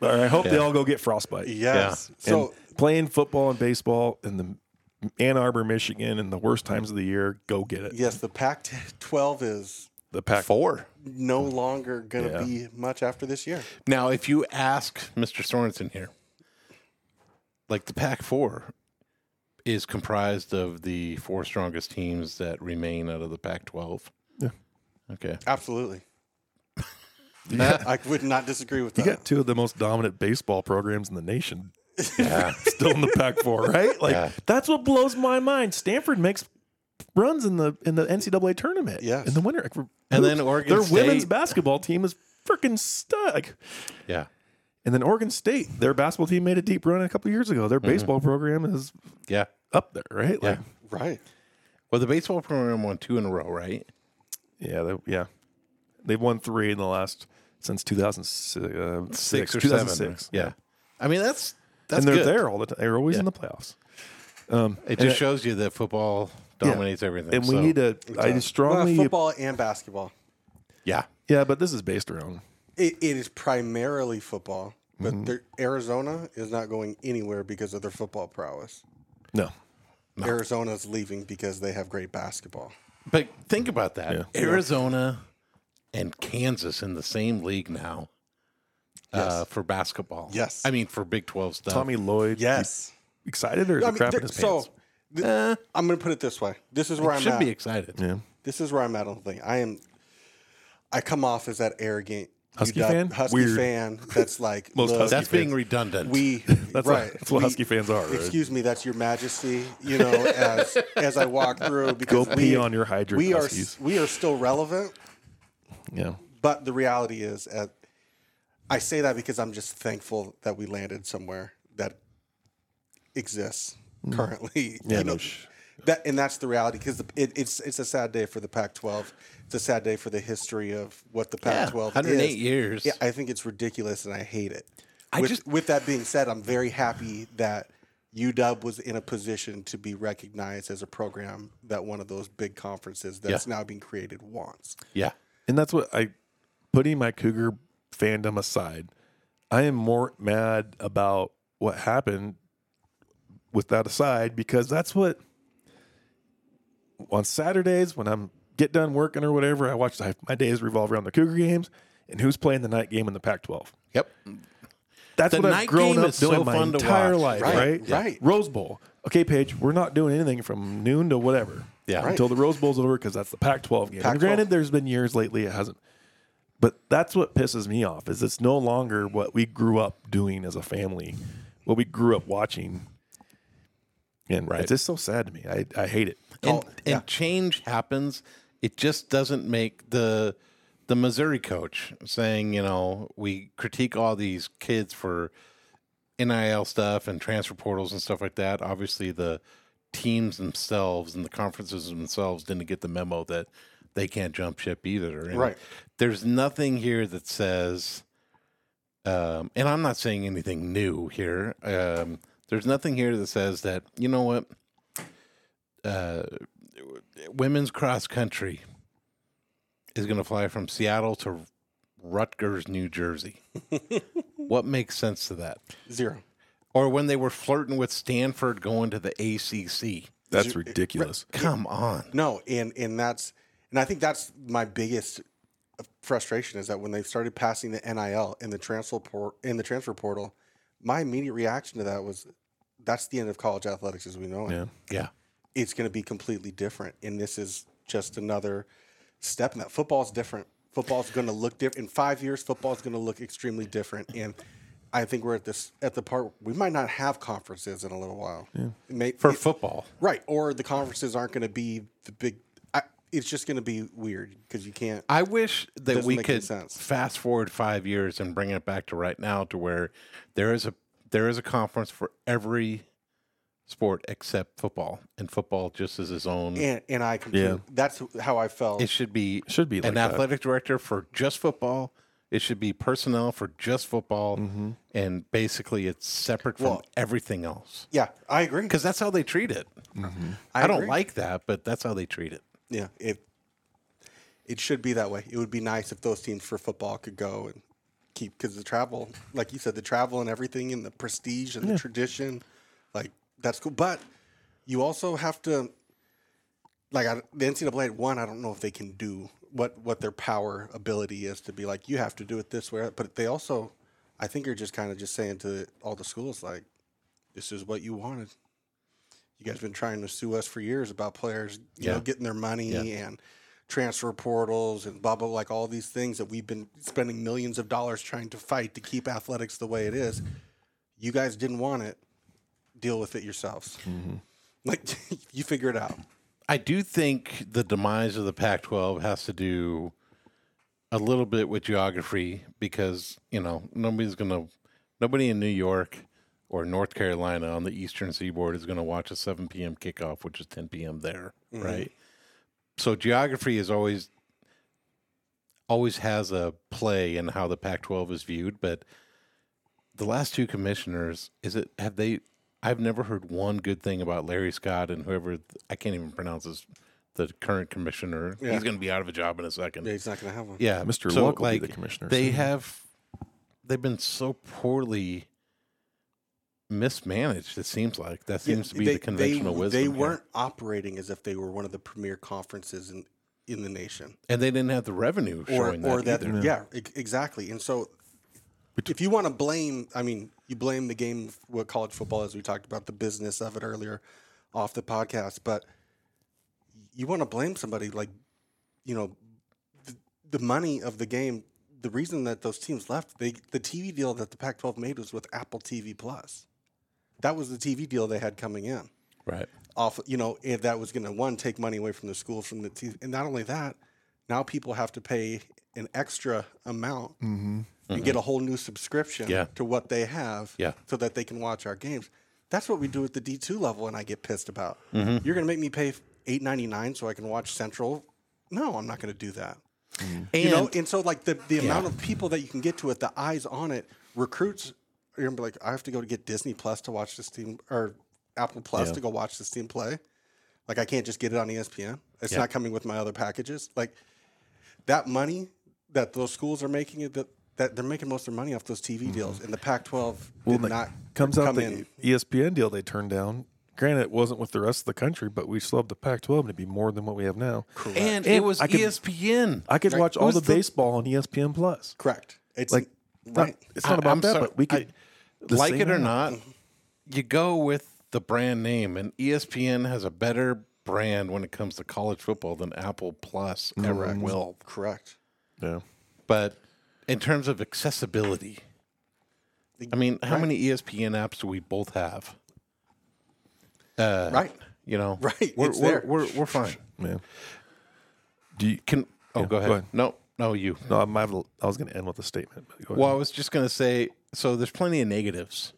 Speaker 3: right, I hope they all go get frostbite.
Speaker 5: Yes. So,
Speaker 3: and playing football and baseball in the Ann Arbor, Michigan, in the worst times of the year, go get it.
Speaker 5: yes, the Pac 12 is
Speaker 3: The pack
Speaker 1: Four.
Speaker 5: no longer going to be
Speaker 3: Yeah.
Speaker 5: much after this year.
Speaker 1: Now, if you ask Mr. Sorensen here, like the Pac Four is comprised of the four strongest teams that remain out of the Pac 12.
Speaker 3: Yeah.
Speaker 1: Okay.
Speaker 3: (laughs)
Speaker 5: Absolutely. I would not disagree with that.
Speaker 3: You got two of the most dominant baseball programs in the
Speaker 1: (laughs)
Speaker 3: nation. (laughs) Still in the pack four, right? Like
Speaker 1: Yeah.
Speaker 3: that's what blows my mind. Stanford makes runs in the in the NCAA tournament.
Speaker 5: Yes.
Speaker 3: In the winter. Like,
Speaker 1: And then Oregon
Speaker 3: Their women's
Speaker 1: State-
Speaker 3: basketball team is freaking stuck.
Speaker 1: Yeah.
Speaker 3: And then Oregon State, their basketball team made a deep run a couple years ago. Their baseball program is
Speaker 1: Mm-hmm. Yeah.
Speaker 3: up there, right? Like,
Speaker 5: right.
Speaker 1: Well, the baseball program won two in a row, right?
Speaker 3: yeah, they, yeah. They've won three in the last since 2006,
Speaker 1: Six or seven.
Speaker 3: 2006.
Speaker 1: Yeah. I mean, that's that's
Speaker 3: and they're
Speaker 1: good.
Speaker 3: there all the time. They're always in the playoffs.
Speaker 1: It just shows you that football dominates everything.
Speaker 3: And we
Speaker 1: so-
Speaker 3: need to. I
Speaker 5: Well,
Speaker 3: strongly.
Speaker 5: football and basketball.
Speaker 1: yeah.
Speaker 3: Yeah, but this is based around.
Speaker 5: It, it is primarily football, but
Speaker 3: Mm-hmm.
Speaker 5: they're- Arizona is not going anywhere because of their football prowess.
Speaker 3: No.
Speaker 5: Arizona's leaving because they have great basketball.
Speaker 1: But think about that. Arizona and Kansas in the same league now uh, for basketball.
Speaker 5: Yes.
Speaker 1: I mean, for Big 12 stuff.
Speaker 3: Tommy Lloyd. you
Speaker 5: Yes.
Speaker 3: Excited or is
Speaker 5: I
Speaker 3: he
Speaker 5: mean,
Speaker 3: crap in
Speaker 5: there-
Speaker 3: his
Speaker 5: so
Speaker 3: pants?
Speaker 5: th- I'm going to put it this way. This is where I'm
Speaker 1: Eh, should
Speaker 5: at.
Speaker 1: be excited. Yeah.
Speaker 5: This is where I'm at on the thing. I am. I come off as that arrogant
Speaker 3: Husky
Speaker 5: UW
Speaker 3: fan?
Speaker 5: Husky
Speaker 3: Weird.
Speaker 5: fan.
Speaker 3: (laughs)
Speaker 5: That's like
Speaker 3: Most
Speaker 5: look,
Speaker 3: Husky
Speaker 1: That's being redundant.
Speaker 5: We
Speaker 3: (laughs) That's what-
Speaker 5: right.
Speaker 3: that's what
Speaker 5: we-
Speaker 3: Husky fans are, right?
Speaker 5: Excuse me, that's your Majesty. You know, as as I walk through, because
Speaker 3: (laughs) Go
Speaker 5: we,
Speaker 3: pee on your hydrant,
Speaker 5: We are
Speaker 3: Huskies.
Speaker 5: s- we are still relevant,
Speaker 3: Yeah.
Speaker 5: but the reality is, uh, I say that because I'm just thankful that we landed somewhere that exists
Speaker 1: Mm.
Speaker 5: currently. (laughs)
Speaker 3: Yeah,
Speaker 5: you know,
Speaker 3: no sh-
Speaker 5: that and that's the reality because it, it's it's a sad day for the Pac-12. It's a sad day for the history of what the
Speaker 1: Yeah,
Speaker 5: Pac-12 is.
Speaker 1: 108 years.
Speaker 5: Yeah, I think it's ridiculous and I hate it.
Speaker 1: I
Speaker 5: with,
Speaker 1: just-
Speaker 5: with that being said, I'm very happy that UW was in a position to be recognized as a program that one of those big conferences that's now being created wants.
Speaker 1: yeah.
Speaker 3: And that's what I, putting my Cougar fandom aside, I am more mad about what happened with that aside because that's what, on Saturdays when I'm get done working or whatever, I watch, I, my days revolve around the Cougar games and who's playing the night game in the Pac 12.
Speaker 1: Yep.
Speaker 3: That's
Speaker 1: The
Speaker 3: what
Speaker 1: night
Speaker 3: I've grown
Speaker 1: game
Speaker 3: up
Speaker 1: is
Speaker 3: doing
Speaker 1: so
Speaker 3: my
Speaker 1: fun to
Speaker 3: entire
Speaker 1: watch.
Speaker 3: life,
Speaker 5: Right,
Speaker 3: right?
Speaker 5: right.
Speaker 3: Rose Bowl. Okay, Paige, we're not doing anything from noon to whatever.
Speaker 1: Yeah. Right.
Speaker 3: Until the Rose Bowl's over because that's the Pac-12 game. And
Speaker 5: Pac-12.
Speaker 3: granted, there's been years lately it hasn't. But that's what pisses me off is it's no longer what we grew up doing as a family, what we grew up watching. And it's just so sad to me. I, I hate it.
Speaker 1: And, and change happens. It just doesn't make the the Missouri coach saying, you know, we critique all these kids for NIL stuff and transfer portals and stuff like that. Obviously, the teams themselves and the conferences themselves didn't get the memo that they can't jump ship either. And
Speaker 5: Right.
Speaker 1: There's nothing here that says, um, and I'm not saying anything new here. Um, there's nothing here that says that, you know what? women's cross country is going to fly from Seattle to Rutgers,
Speaker 5: (laughs)
Speaker 1: New Jersey. what makes sense to that?
Speaker 5: Zero.
Speaker 1: Or when they were flirting with Stanford going to the ACC.
Speaker 3: That's ridiculous.
Speaker 1: Come on.
Speaker 5: No, and and that's and I think that's my biggest uh, frustration is that when they started passing the NIL in the transfer port in the transfer portal, my immediate reaction to that was that's the end of college athletics as we know it.
Speaker 1: Yeah.
Speaker 5: It's going to be completely different, and this is just another step in that. Football's different. Football's going to look different in five years. Football's going to look extremely different, and I think we're at this at the part we might not have conferences in a little while. It may-
Speaker 1: For
Speaker 5: it-
Speaker 1: football.
Speaker 5: Right. Or the conferences aren't going to be the big. I, it's just going to be weird because you can't.
Speaker 1: I wish that
Speaker 5: Doesn't
Speaker 1: we
Speaker 5: make any
Speaker 1: could
Speaker 5: sense.
Speaker 1: fast forward five years and bring it back to right now to where there is a there is a conference for every sport except football. And football just is its own
Speaker 5: And, and I completely. That's how I felt.
Speaker 1: It should be
Speaker 3: should be like
Speaker 1: an
Speaker 3: that.
Speaker 1: athletic director for just football. It should be personnel for just football,
Speaker 3: Mm-hmm.
Speaker 1: and basically it's separate from
Speaker 5: Well-
Speaker 1: everything else
Speaker 5: yeah, I agree.
Speaker 1: because that's how they treat it.
Speaker 3: Mm-hmm.
Speaker 1: I, don't like that, but that's how they treat it.
Speaker 5: Yeah. It, it should be that way. It would be nice if those teams for football could go and keep because the travel, like you said, the travel and everything and the prestige and the tradition, like that's cool. But you also have to, like I, the NCAA one, I don't know if they can do what what their power ability is to be like you have to do it this way. But they also, I think, are just kind of just saying to all the schools like, this is what you wanted. You guys been trying to sue us for years about players, you know,
Speaker 1: Yeah.
Speaker 5: getting their money and transfer portals and blah blah like all these things that we've been spending millions of dollars trying to fight to keep athletics the way it is. You guys didn't want it. Deal with it yourselves.
Speaker 1: Mm-hmm.
Speaker 5: Like (laughs) you figure it out.
Speaker 1: I do think the demise of the Pac-12 has to do a little bit with geography because you know nobody's gonna nobody in New York or North Carolina on the Eastern Seaboard is gonna watch a 7 p.m. kickoff, which is 10 p.m. there,
Speaker 5: Mm-hmm.
Speaker 1: right? So geography is always always has a play in how the Pac-12 is viewed, but the last two commissioners, is it have they? I've never heard one good thing about Larry Scott and whoever I can't even pronounce his the current commissioner.
Speaker 5: Yeah.
Speaker 1: He's going to be out of a job in a second.
Speaker 5: Yeah, he's not going to have one.
Speaker 1: Yeah,
Speaker 3: Mr. Locke will be the commissioner
Speaker 1: They
Speaker 3: soon.
Speaker 1: have they've been so poorly mismanaged. It seems like that
Speaker 5: Yeah,
Speaker 1: seems to be
Speaker 5: they-
Speaker 1: the conventional
Speaker 5: they,
Speaker 1: wisdom.
Speaker 5: They
Speaker 1: here.
Speaker 5: weren't operating as if they were one of the premier conferences in in the nation,
Speaker 1: and they didn't have the revenue
Speaker 5: or
Speaker 1: showing
Speaker 5: or
Speaker 1: that,
Speaker 5: that,
Speaker 1: either.
Speaker 5: yeah, e- exactly. And so, if you want to blame, I mean, you blame the game of what college football, as we talked about the business of it earlier, off the podcast, but you want to blame somebody like, you know, the, the money of the game. The reason that those teams left, they the TV deal that the Pac-12 made was with Apple TV Plus. That was the TV deal they had coming in
Speaker 1: Right.
Speaker 5: off you know if that was going to one take money away from the school from the te- and not only that now people have to pay an extra amount and get a whole new subscription
Speaker 1: Yeah.
Speaker 5: to what they have
Speaker 1: Yeah.
Speaker 5: so that they can watch our games that's what we do at the d2 level and i get pissed about you're going to make me pay 8.99 so i can watch central no i'm not going to do that
Speaker 1: And
Speaker 5: you know and so like the, the amount of people that you can get to it the eyes on it recruits you're gonna be like i have to go to get disney plus to watch this team or apple plus to go watch this team play like i can't just get it on E espn it's not coming with my other packages like that money that those schools are making it that that they're making most of their money off those TV deals, and the Pac-12 did
Speaker 3: when it
Speaker 5: not
Speaker 3: Mm-hmm. comes out
Speaker 5: come
Speaker 3: the E
Speaker 5: in.
Speaker 3: ESPN deal they turned down. Granted, it wasn't with the rest of the country, but we still have the Pac-12 to be more than what we have now.
Speaker 1: and it
Speaker 3: And
Speaker 1: was E
Speaker 3: I could-
Speaker 1: ESPN.
Speaker 3: I could watch all
Speaker 1: Who's
Speaker 3: the,
Speaker 1: the-
Speaker 3: baseball on E ESPN Plus.
Speaker 5: Correct. It's
Speaker 3: Like, not-
Speaker 5: right.
Speaker 3: it's not about
Speaker 1: I'm
Speaker 3: that,
Speaker 1: sorry,
Speaker 3: but we
Speaker 1: I-
Speaker 3: could the
Speaker 1: like
Speaker 3: same
Speaker 1: it or
Speaker 3: app.
Speaker 1: not,
Speaker 5: Mm-hmm.
Speaker 1: you go with the brand name, and E ESPN has a better brand when it comes to college football than Apple Plus ever
Speaker 5: Mm-hmm.
Speaker 1: will.
Speaker 5: Correct.
Speaker 3: Yeah.
Speaker 1: But in terms of accessibility, I mean, how many E ESPN apps do we both have? Uh,
Speaker 5: right.
Speaker 1: You know,
Speaker 5: Right,
Speaker 1: We're
Speaker 5: it's
Speaker 1: we're,
Speaker 5: there.
Speaker 1: we're we're fine.
Speaker 3: Yeah. Do you,
Speaker 1: Can oh,
Speaker 3: Yeah,
Speaker 1: go,
Speaker 3: go
Speaker 1: ahead.
Speaker 3: ahead.
Speaker 1: No, no, you.
Speaker 3: no, I might have, I was going to end with a statement. But go ahead.
Speaker 1: Well, I was just going to say so there's plenty of negatives.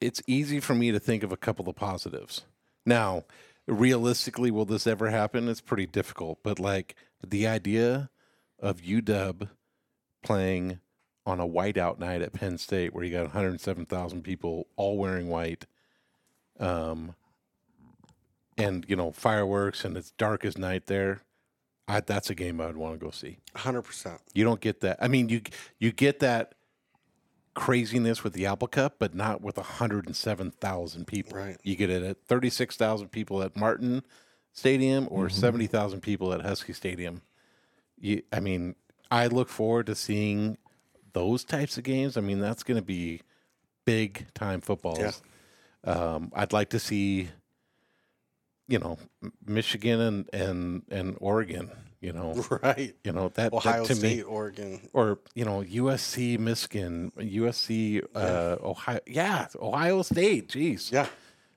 Speaker 1: It's easy for me to think of a couple of positives. Now, realistically, will this ever happen? It's pretty difficult, but like the idea of UW playing on a whiteout night at Penn State where you got 107,000 people all wearing white. Um, and you know fireworks and it's dark as night there. I, that's a game I would want to go see.
Speaker 5: Hundred percent. (laughs)
Speaker 1: You don't get that. I mean, you you get that craziness with the Apple Cup, but not with 107,000 people.
Speaker 5: Right.
Speaker 1: You get it at 36,000 people at Martin Stadium or
Speaker 5: Mm-hmm.
Speaker 1: 70,000 people at Husky Stadium. You, I mean, I look forward to seeing those types of games. I mean, that's going to be big time footballs. Um, I'd like to see, you know, M- Michigan and and and Oregon.
Speaker 5: (laughs)
Speaker 1: You know,
Speaker 5: Right.
Speaker 1: you know that, that
Speaker 5: Ohio
Speaker 1: to
Speaker 5: State,
Speaker 1: me
Speaker 5: Oregon.
Speaker 1: or you know USC, Michigan, USC, uh, Ohio, yeah, Ohio State. Jeez,
Speaker 5: Yeah.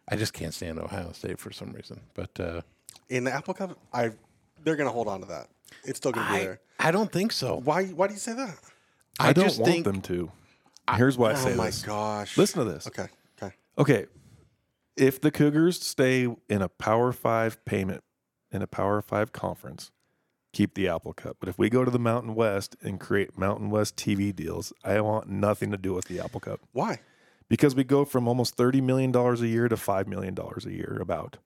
Speaker 1: I just can't stand Ohio State for some reason. But uh,
Speaker 5: in the Apple Cup, I they're gonna hold on to that. It's still gonna be
Speaker 1: I,
Speaker 5: there.
Speaker 1: I don't think so.
Speaker 5: Why? Why do you say that?
Speaker 3: I, don't
Speaker 1: just
Speaker 3: want
Speaker 1: think-
Speaker 3: them to. Here's why I say
Speaker 5: oh my
Speaker 3: this.
Speaker 5: gosh!
Speaker 3: Listen to this.
Speaker 5: Okay. Okay.
Speaker 3: Okay. If the Cougars stay in a Power Five payment in a Power Five conference, keep the Apple Cup. But if we go to the Mountain West and create Mountain West TV deals, I want nothing to do with the Apple Cup
Speaker 5: Why?
Speaker 3: because we go from almost $30 million a year to $5 million a year, about.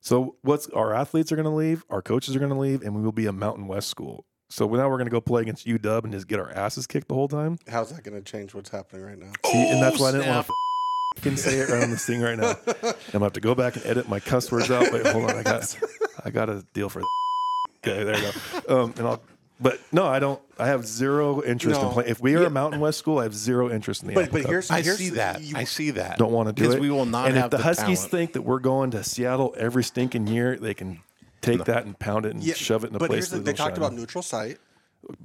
Speaker 3: So, what's our athletes are going to leave, our coaches are going to leave, and we will be a Mountain West school. So now we're going to go play against UW and just get our asses kicked the whole time.
Speaker 5: How's that gonna change what's happening right now?
Speaker 3: See, and that's why I didn't want to
Speaker 5: Oh,
Speaker 3: (laughs) fucking say it right on this thing
Speaker 5: (laughs)
Speaker 3: right now. I'm gonna have to go back and edit my cuss words out. Wait, hold on,
Speaker 5: (laughs)
Speaker 3: I got, I got a deal for. (laughs) okay, there you go. Um, and I'll, but no, I don't. I have zero interest in
Speaker 5: No.
Speaker 3: playing. If we are a Mountain West school, I have zero interest in the.
Speaker 5: But
Speaker 3: Apple
Speaker 5: but
Speaker 3: Cup.
Speaker 5: here's
Speaker 1: I
Speaker 5: here's
Speaker 1: see
Speaker 5: the-
Speaker 1: that.
Speaker 5: you-
Speaker 1: I see that.
Speaker 3: don't want to do
Speaker 1: because
Speaker 3: it.
Speaker 1: we will not
Speaker 3: And
Speaker 1: have
Speaker 3: if the, Huskies
Speaker 1: talent.
Speaker 3: think that we're going to Seattle every stinking year, they can take that and pound it and
Speaker 5: yeah,
Speaker 3: shove it in a
Speaker 5: but
Speaker 3: place.
Speaker 5: here's the,
Speaker 3: that
Speaker 5: they
Speaker 3: don't
Speaker 5: talked
Speaker 3: shine.
Speaker 5: about neutral site.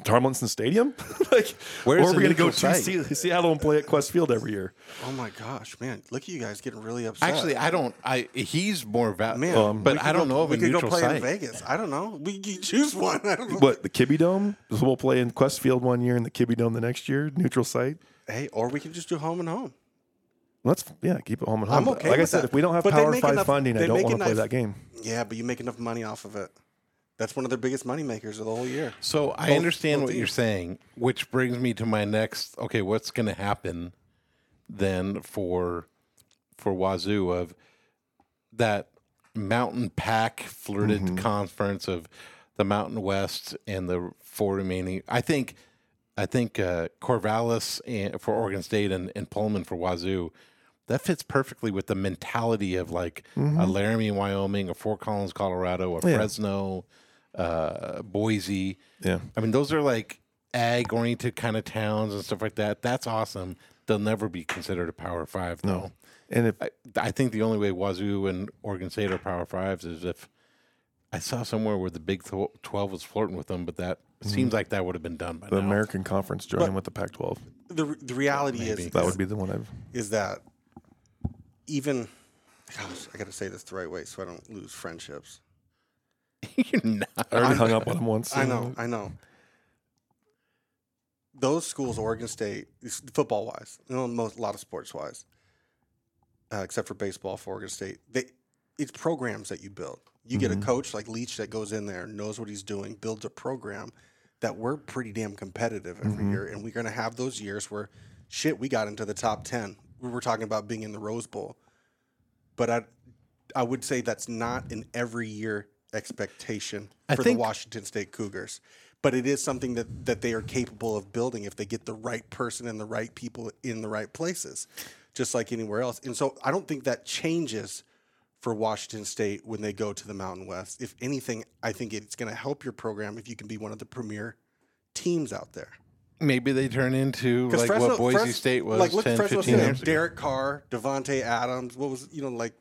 Speaker 3: Tomlinson Stadium. (laughs) like,
Speaker 1: Where's
Speaker 3: where are
Speaker 1: the
Speaker 3: we going to
Speaker 1: neutral
Speaker 3: go
Speaker 1: site?
Speaker 3: to Se- Seattle and play at Quest Field
Speaker 5: (laughs)
Speaker 3: every year?
Speaker 5: Oh my gosh, man! Look at you guys getting really upset.
Speaker 1: Actually, I don't. I he's more
Speaker 5: man,
Speaker 3: Um,
Speaker 1: valuable, but
Speaker 5: we
Speaker 1: I
Speaker 5: could
Speaker 1: don't
Speaker 5: go-
Speaker 1: know of
Speaker 5: we
Speaker 1: a
Speaker 5: could go
Speaker 1: neutral
Speaker 5: play in
Speaker 1: site.
Speaker 5: Vegas. I don't know. We could choose one. (laughs) I don't know.
Speaker 3: What the Kibby Dome? So we'll play in Quest Field one year and the Kibby Dome the next year. Neutral site.
Speaker 5: Hey, or we could just do home and home.
Speaker 3: Let's yeah, keep it home and home.
Speaker 5: I'm
Speaker 3: But
Speaker 5: okay
Speaker 3: Like I
Speaker 5: with
Speaker 3: said,
Speaker 5: that.
Speaker 3: if we don't have
Speaker 5: But they
Speaker 3: Power
Speaker 5: make
Speaker 3: Five
Speaker 5: enough-
Speaker 3: funding, I
Speaker 5: they
Speaker 3: don't
Speaker 5: make
Speaker 3: want to play
Speaker 5: enough-
Speaker 3: that game.
Speaker 5: Yeah, but you make enough money off of it. That's one of their biggest money makers of the whole year.
Speaker 1: So I
Speaker 5: Both-
Speaker 1: understand
Speaker 5: both
Speaker 1: what you're
Speaker 5: teams.
Speaker 1: saying, which brings me to my next. Okay, what's going to happen then for for Wazoo of that Mountain Pack flirted conference of the Mountain West and the four remaining? I think I think uh, Corvallis and, for Oregon State and, and Pullman for Wazoo. That fits perfectly with the mentality of like a Laramie, Wyoming, a Fort Collins, Colorado, a
Speaker 3: Yeah.
Speaker 1: Fresno, uh, Boise.
Speaker 3: Yeah.
Speaker 1: I mean, those are like ag oriented kind of towns and stuff like that. That's awesome. They'll never be considered a power five, though.
Speaker 3: And if
Speaker 1: I, I think the only way Wazoo and Oregon State are power fives is if I saw somewhere where the Big Tw- 12 was flirting with them, but that
Speaker 5: Mm-hmm.
Speaker 1: seems like that would have been done by
Speaker 3: the
Speaker 1: now.
Speaker 3: American Conference joined with the Pac-12,
Speaker 5: The, re- the reality is
Speaker 3: that would be the one I've.
Speaker 5: is that even gosh, I got to say this the right way so I don't lose friendships.
Speaker 1: (laughs) You're not.
Speaker 3: I
Speaker 5: Er,
Speaker 3: already hung up on him once.
Speaker 5: I know, I know. Those schools, Oregon State, football wise, you know, most a lot of sports wise, uh, except for baseball for Oregon State, they it's programs that you build. You get a coach like Leach that goes in there, knows what he's doing, builds a program that we're pretty damn competitive every year, and we're gonna have those years where shit, we got into the top ten. We were talking about being in the Rose Bowl, but I. I would say that's not an every year expectation
Speaker 1: I
Speaker 5: for
Speaker 1: think-
Speaker 5: the Washington State Cougars, but it is something that that they are capable of building if they get the right person and the right people in the right places, just like anywhere else. And so I don't think that changes for Washington State when they go to the Mountain West. If anything, I think it's going to help your program if you can be one of the premier teams out there.
Speaker 1: Maybe they turn into
Speaker 5: 'Cause
Speaker 1: like what Boise
Speaker 5: Fres-
Speaker 1: State was
Speaker 5: Like look,
Speaker 1: 10,
Speaker 5: Fresno
Speaker 1: 15
Speaker 5: State,
Speaker 1: years ago.
Speaker 5: Derek Carr, Devonte Adams. What was you know like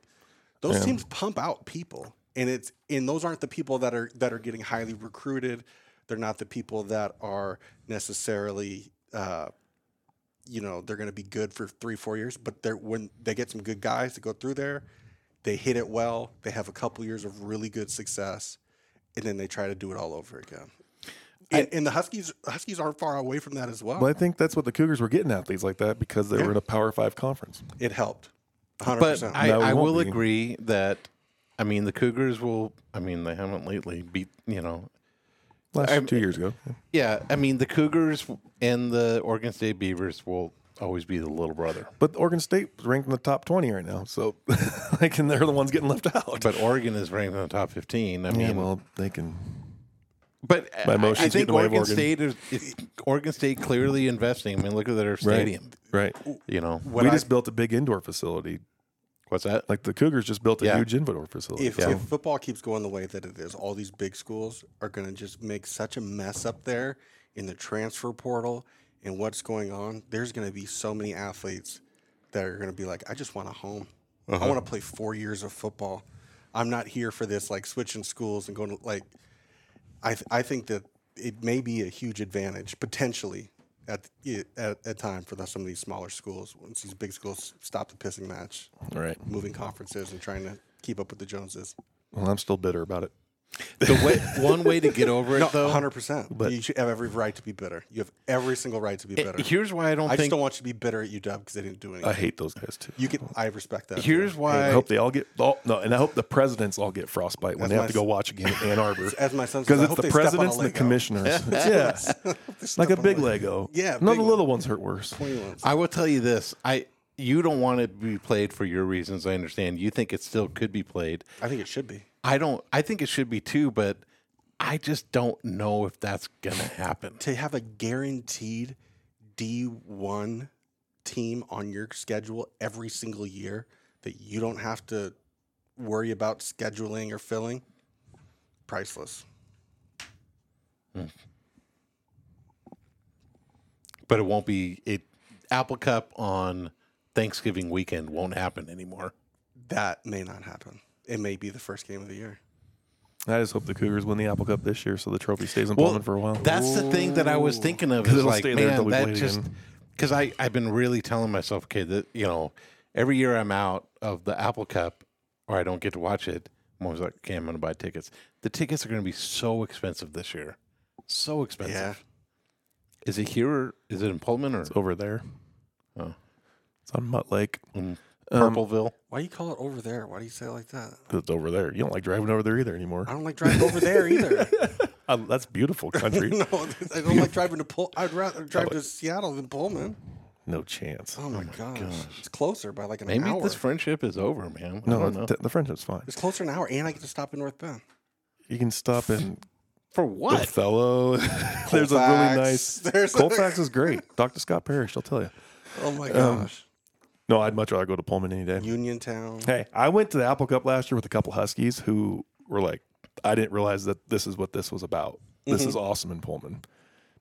Speaker 5: those teams pump out people, and it's and those aren't the people that are that are getting highly recruited. They're not the people that are necessarily. Uh, you know they're going to be good for three four years but they're when they get some good guys to go through there they hit it well they have a couple years of really good success and then they try to do it all over again and, and the huskies huskies aren't far away from that as well
Speaker 3: But I think that's what the Cougars were getting athletes like that because they were in a Power Five conference.
Speaker 5: it helped 100%
Speaker 1: But I,
Speaker 3: No, it
Speaker 1: I
Speaker 3: won't
Speaker 1: will
Speaker 3: be.
Speaker 1: agree that, I mean, the Cougars will, I mean, they haven't lately beat, you know,
Speaker 3: Last
Speaker 1: I'm-
Speaker 3: two years ago.
Speaker 1: Yeah, I mean the Cougars and the Oregon State Beavers will always be the little brother,
Speaker 3: But Oregon State is ranked in the top twenty right now, so (laughs) like, and they're the ones getting left out.
Speaker 1: but Oregon is ranked in the top fifteen. I mean,
Speaker 3: yeah, well, they can.
Speaker 1: but
Speaker 3: my
Speaker 1: I, I
Speaker 3: emotions get in
Speaker 1: think
Speaker 3: the way of
Speaker 1: Oregon,
Speaker 3: Oregon.
Speaker 1: State is, is Oregon State clearly investing. I mean, look at their stadium.
Speaker 3: Right.
Speaker 1: You know
Speaker 3: we
Speaker 5: I-
Speaker 3: just built a big indoor facility.
Speaker 1: what's that?
Speaker 3: Like the Cougars just built a
Speaker 1: Yeah.
Speaker 3: huge indoor facility.
Speaker 5: if, if football keeps going the way that it is, all these big schools are going to just make such a mess up there in the transfer portal and what's going on. There's going to be so many athletes that are going to be like, I just want a home. I want to play four years of football. I'm not here for this, like switching schools and going to like. I th- I think that it may be a huge advantage potentially at the- at, at time for the, some of these smaller schools once these big schools stop the pissing match
Speaker 3: right.
Speaker 5: moving conferences and trying to keep up with the Joneses.
Speaker 3: Well, I'm still bitter about it.
Speaker 1: The
Speaker 3: (laughs)
Speaker 1: way, one way to get over it though.
Speaker 5: Hundred percent. But you should have every right to be bitter. You have every single right to be bitter.
Speaker 1: Here's why I don't
Speaker 5: I just
Speaker 1: think.
Speaker 5: don't want you to be bitter at UW because they didn't do anything.
Speaker 3: I hate those guys too.
Speaker 5: you can. I respect that.
Speaker 1: here's
Speaker 5: (laughs)
Speaker 3: I
Speaker 1: why.
Speaker 3: hope they all get oh, no, and I hope the presidents all get frostbite
Speaker 5: That's
Speaker 3: when they
Speaker 5: my
Speaker 3: have to go
Speaker 5: s-
Speaker 3: watch a game at Ann Arbor.
Speaker 5: (laughs) As my son says,
Speaker 3: because
Speaker 5: I
Speaker 3: it's
Speaker 5: hope
Speaker 3: the
Speaker 5: they step on a
Speaker 3: presidents and the
Speaker 5: Lego. (laughs)
Speaker 3: commissioners. yeah, like a
Speaker 5: on a
Speaker 3: big
Speaker 5: Lego.
Speaker 3: Lego.
Speaker 5: Yeah,
Speaker 3: no,
Speaker 5: big
Speaker 3: the little ones hurt worse.
Speaker 1: I will tell you this. I you don't want it to be played for your reasons. I understand. You think it still could be played.
Speaker 5: I think it should be.
Speaker 1: I don't. I think it should be too, but I just don't know if that's gonna happen.
Speaker 5: to have a guaranteed D1 team on your schedule every single year that you don't have to worry about scheduling or filling, priceless.
Speaker 1: but it won't be it apple cup on thanksgiving weekend won't happen anymore
Speaker 5: That may not happen. It may be the first game of the year.
Speaker 3: I just hope the Cougars win the Apple Cup this year, so the trophy stays in Pullman for a while.
Speaker 1: that's the thing that i was thinking of
Speaker 3: 'Cause
Speaker 1: is
Speaker 3: it'll
Speaker 1: like
Speaker 3: stay there until
Speaker 1: man
Speaker 3: we
Speaker 1: that
Speaker 3: play it
Speaker 1: just
Speaker 3: again.
Speaker 1: because i i've been really telling myself okay that you know every year i'm out of the apple cup or i don't get to watch it i'm always like okay i'm gonna buy tickets the tickets are gonna be so expensive this year so expensive
Speaker 5: Yeah.
Speaker 1: is it here or is it in pullman or
Speaker 3: over there.
Speaker 1: Oh.
Speaker 3: It's on Mutt Lake. Um,
Speaker 1: Purpleville.
Speaker 5: Why do you call it over there? Why do you say it like that?
Speaker 3: 'Cause it's over there. You don't like driving over there either
Speaker 5: I
Speaker 3: anymore.
Speaker 5: don't like driving over there either.
Speaker 3: Uh, that's
Speaker 5: (laughs)
Speaker 3: beautiful country.
Speaker 5: No, I don't like driving to Pull. I'd rather drive to Seattle than Pullman.
Speaker 3: No chance.
Speaker 5: Oh my, gosh. it's closer by like an
Speaker 1: Maybe
Speaker 5: hour.
Speaker 1: this friendship is over, man. I
Speaker 3: No,
Speaker 1: don't know.
Speaker 3: th- the friendship's fine.
Speaker 5: it's closer an hour, and I get to stop in North Bend.
Speaker 3: You can stop in
Speaker 1: For what?
Speaker 5: (laughs)
Speaker 3: Othello. (laughs) There's a really
Speaker 5: Colfax.
Speaker 3: nice.
Speaker 5: There's a-
Speaker 3: Colfax is great. Dr. Scott Parrish, I'll tell you.
Speaker 5: Oh my gosh,
Speaker 3: No, I'd much rather go to Pullman any day.
Speaker 5: Uniontown.
Speaker 3: Hey, I went to the Apple Cup last year with a couple Huskies who were like, I didn't realize that this is what this was about. This
Speaker 5: Mm-hmm.
Speaker 3: is awesome in Pullman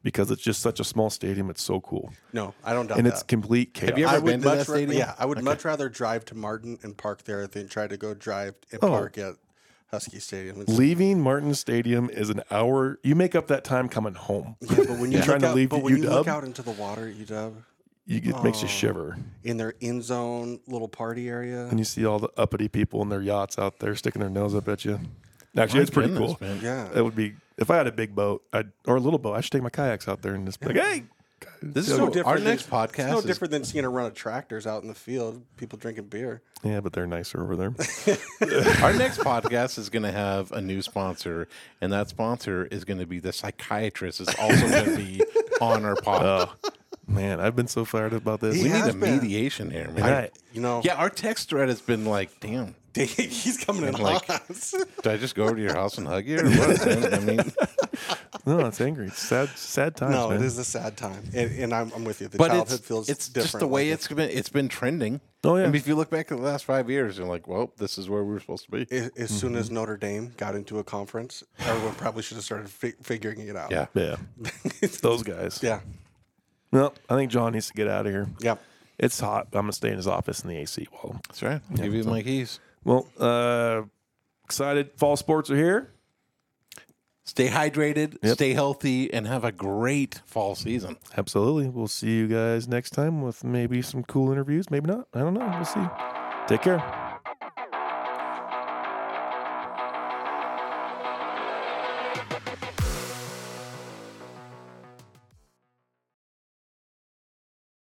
Speaker 3: because it's just such a small stadium. It's so cool.
Speaker 5: No, I don't doubt
Speaker 3: And
Speaker 5: that.
Speaker 3: it's complete chaos.
Speaker 1: you ever-
Speaker 5: I
Speaker 1: I've
Speaker 5: would
Speaker 1: been to
Speaker 5: much
Speaker 1: that
Speaker 5: rather,
Speaker 1: stadium.
Speaker 5: yeah, I would much rather drive to Martin and park there than try to go drive and
Speaker 3: Oh.
Speaker 5: park at Husky Stadium. It's-
Speaker 3: Leaving Martin Stadium is an hour. You make up that time coming home.
Speaker 5: yeah,
Speaker 3: (laughs)
Speaker 5: but when you
Speaker 3: You're trying
Speaker 5: look
Speaker 3: to
Speaker 5: out,
Speaker 3: leave
Speaker 5: but when you look
Speaker 3: UW?
Speaker 5: out Oh. into the water at UW
Speaker 3: You, it makes you shiver.
Speaker 5: in their end zone little party area,
Speaker 3: And you see all the uppity people in their yachts out there sticking their nose up at you. Actually, it's pretty
Speaker 1: Goodness,
Speaker 3: cool.
Speaker 1: man.
Speaker 5: yeah,
Speaker 3: That would be if I had a big boat I'd, or a little boat. I should take my kayaks out there and just be like, "Hey,
Speaker 1: This
Speaker 5: It's
Speaker 1: is
Speaker 5: no
Speaker 1: so- our
Speaker 5: different than-
Speaker 1: next podcast.
Speaker 5: It's no
Speaker 1: is-
Speaker 5: different than seeing a run of tractors out in the field, people drinking beer.
Speaker 3: yeah," but they're nicer
Speaker 5: (laughs)
Speaker 3: over there.
Speaker 1: our next podcast is going to have a new sponsor, and that sponsor is going to be the psychiatrist. Is also going
Speaker 5: (laughs)
Speaker 1: to be on our podcast.
Speaker 3: Oh. Man, I've been so fired up about this.
Speaker 1: we need
Speaker 5: has
Speaker 1: a
Speaker 5: been.
Speaker 1: mediation here, man.
Speaker 3: I-
Speaker 5: You know,
Speaker 1: Yeah, our text thread has been like, damn.
Speaker 5: (laughs) he's coming in
Speaker 1: Like- (laughs)
Speaker 5: hot.
Speaker 1: Did I just go over to your house and hug you, or what?
Speaker 5: (laughs)
Speaker 1: man? I mean,
Speaker 3: no, it's angry. It's sad, sad times.
Speaker 5: No,
Speaker 3: man.
Speaker 5: it is a sad time, and, and I'm, I'm with you. The
Speaker 1: but
Speaker 5: childhood
Speaker 1: it's
Speaker 5: feels
Speaker 1: it's
Speaker 5: different.
Speaker 1: just the way it's been. It's been trending.
Speaker 3: Oh, yeah.
Speaker 1: I mean, if you look back at the last five years, you're like, well, this is where we were supposed to be.
Speaker 5: As, as soon as Notre Dame got into a conference, everyone probably should have started fi- figuring it out.
Speaker 1: Yeah.
Speaker 3: Yeah, those guys.
Speaker 5: (laughs) yeah,
Speaker 3: No, I think John needs to get out of here.
Speaker 5: yeah.
Speaker 3: It's hot. I'm gonna stay in his office in the AC. Well,
Speaker 1: That's right. Give you my keys.
Speaker 3: well, uh, excited. Fall sports are here.
Speaker 1: Stay hydrated, stay healthy, and have a great fall season.
Speaker 3: Absolutely. We'll see you guys next time with maybe some cool interviews. Maybe not. I don't know. We'll see. Take care.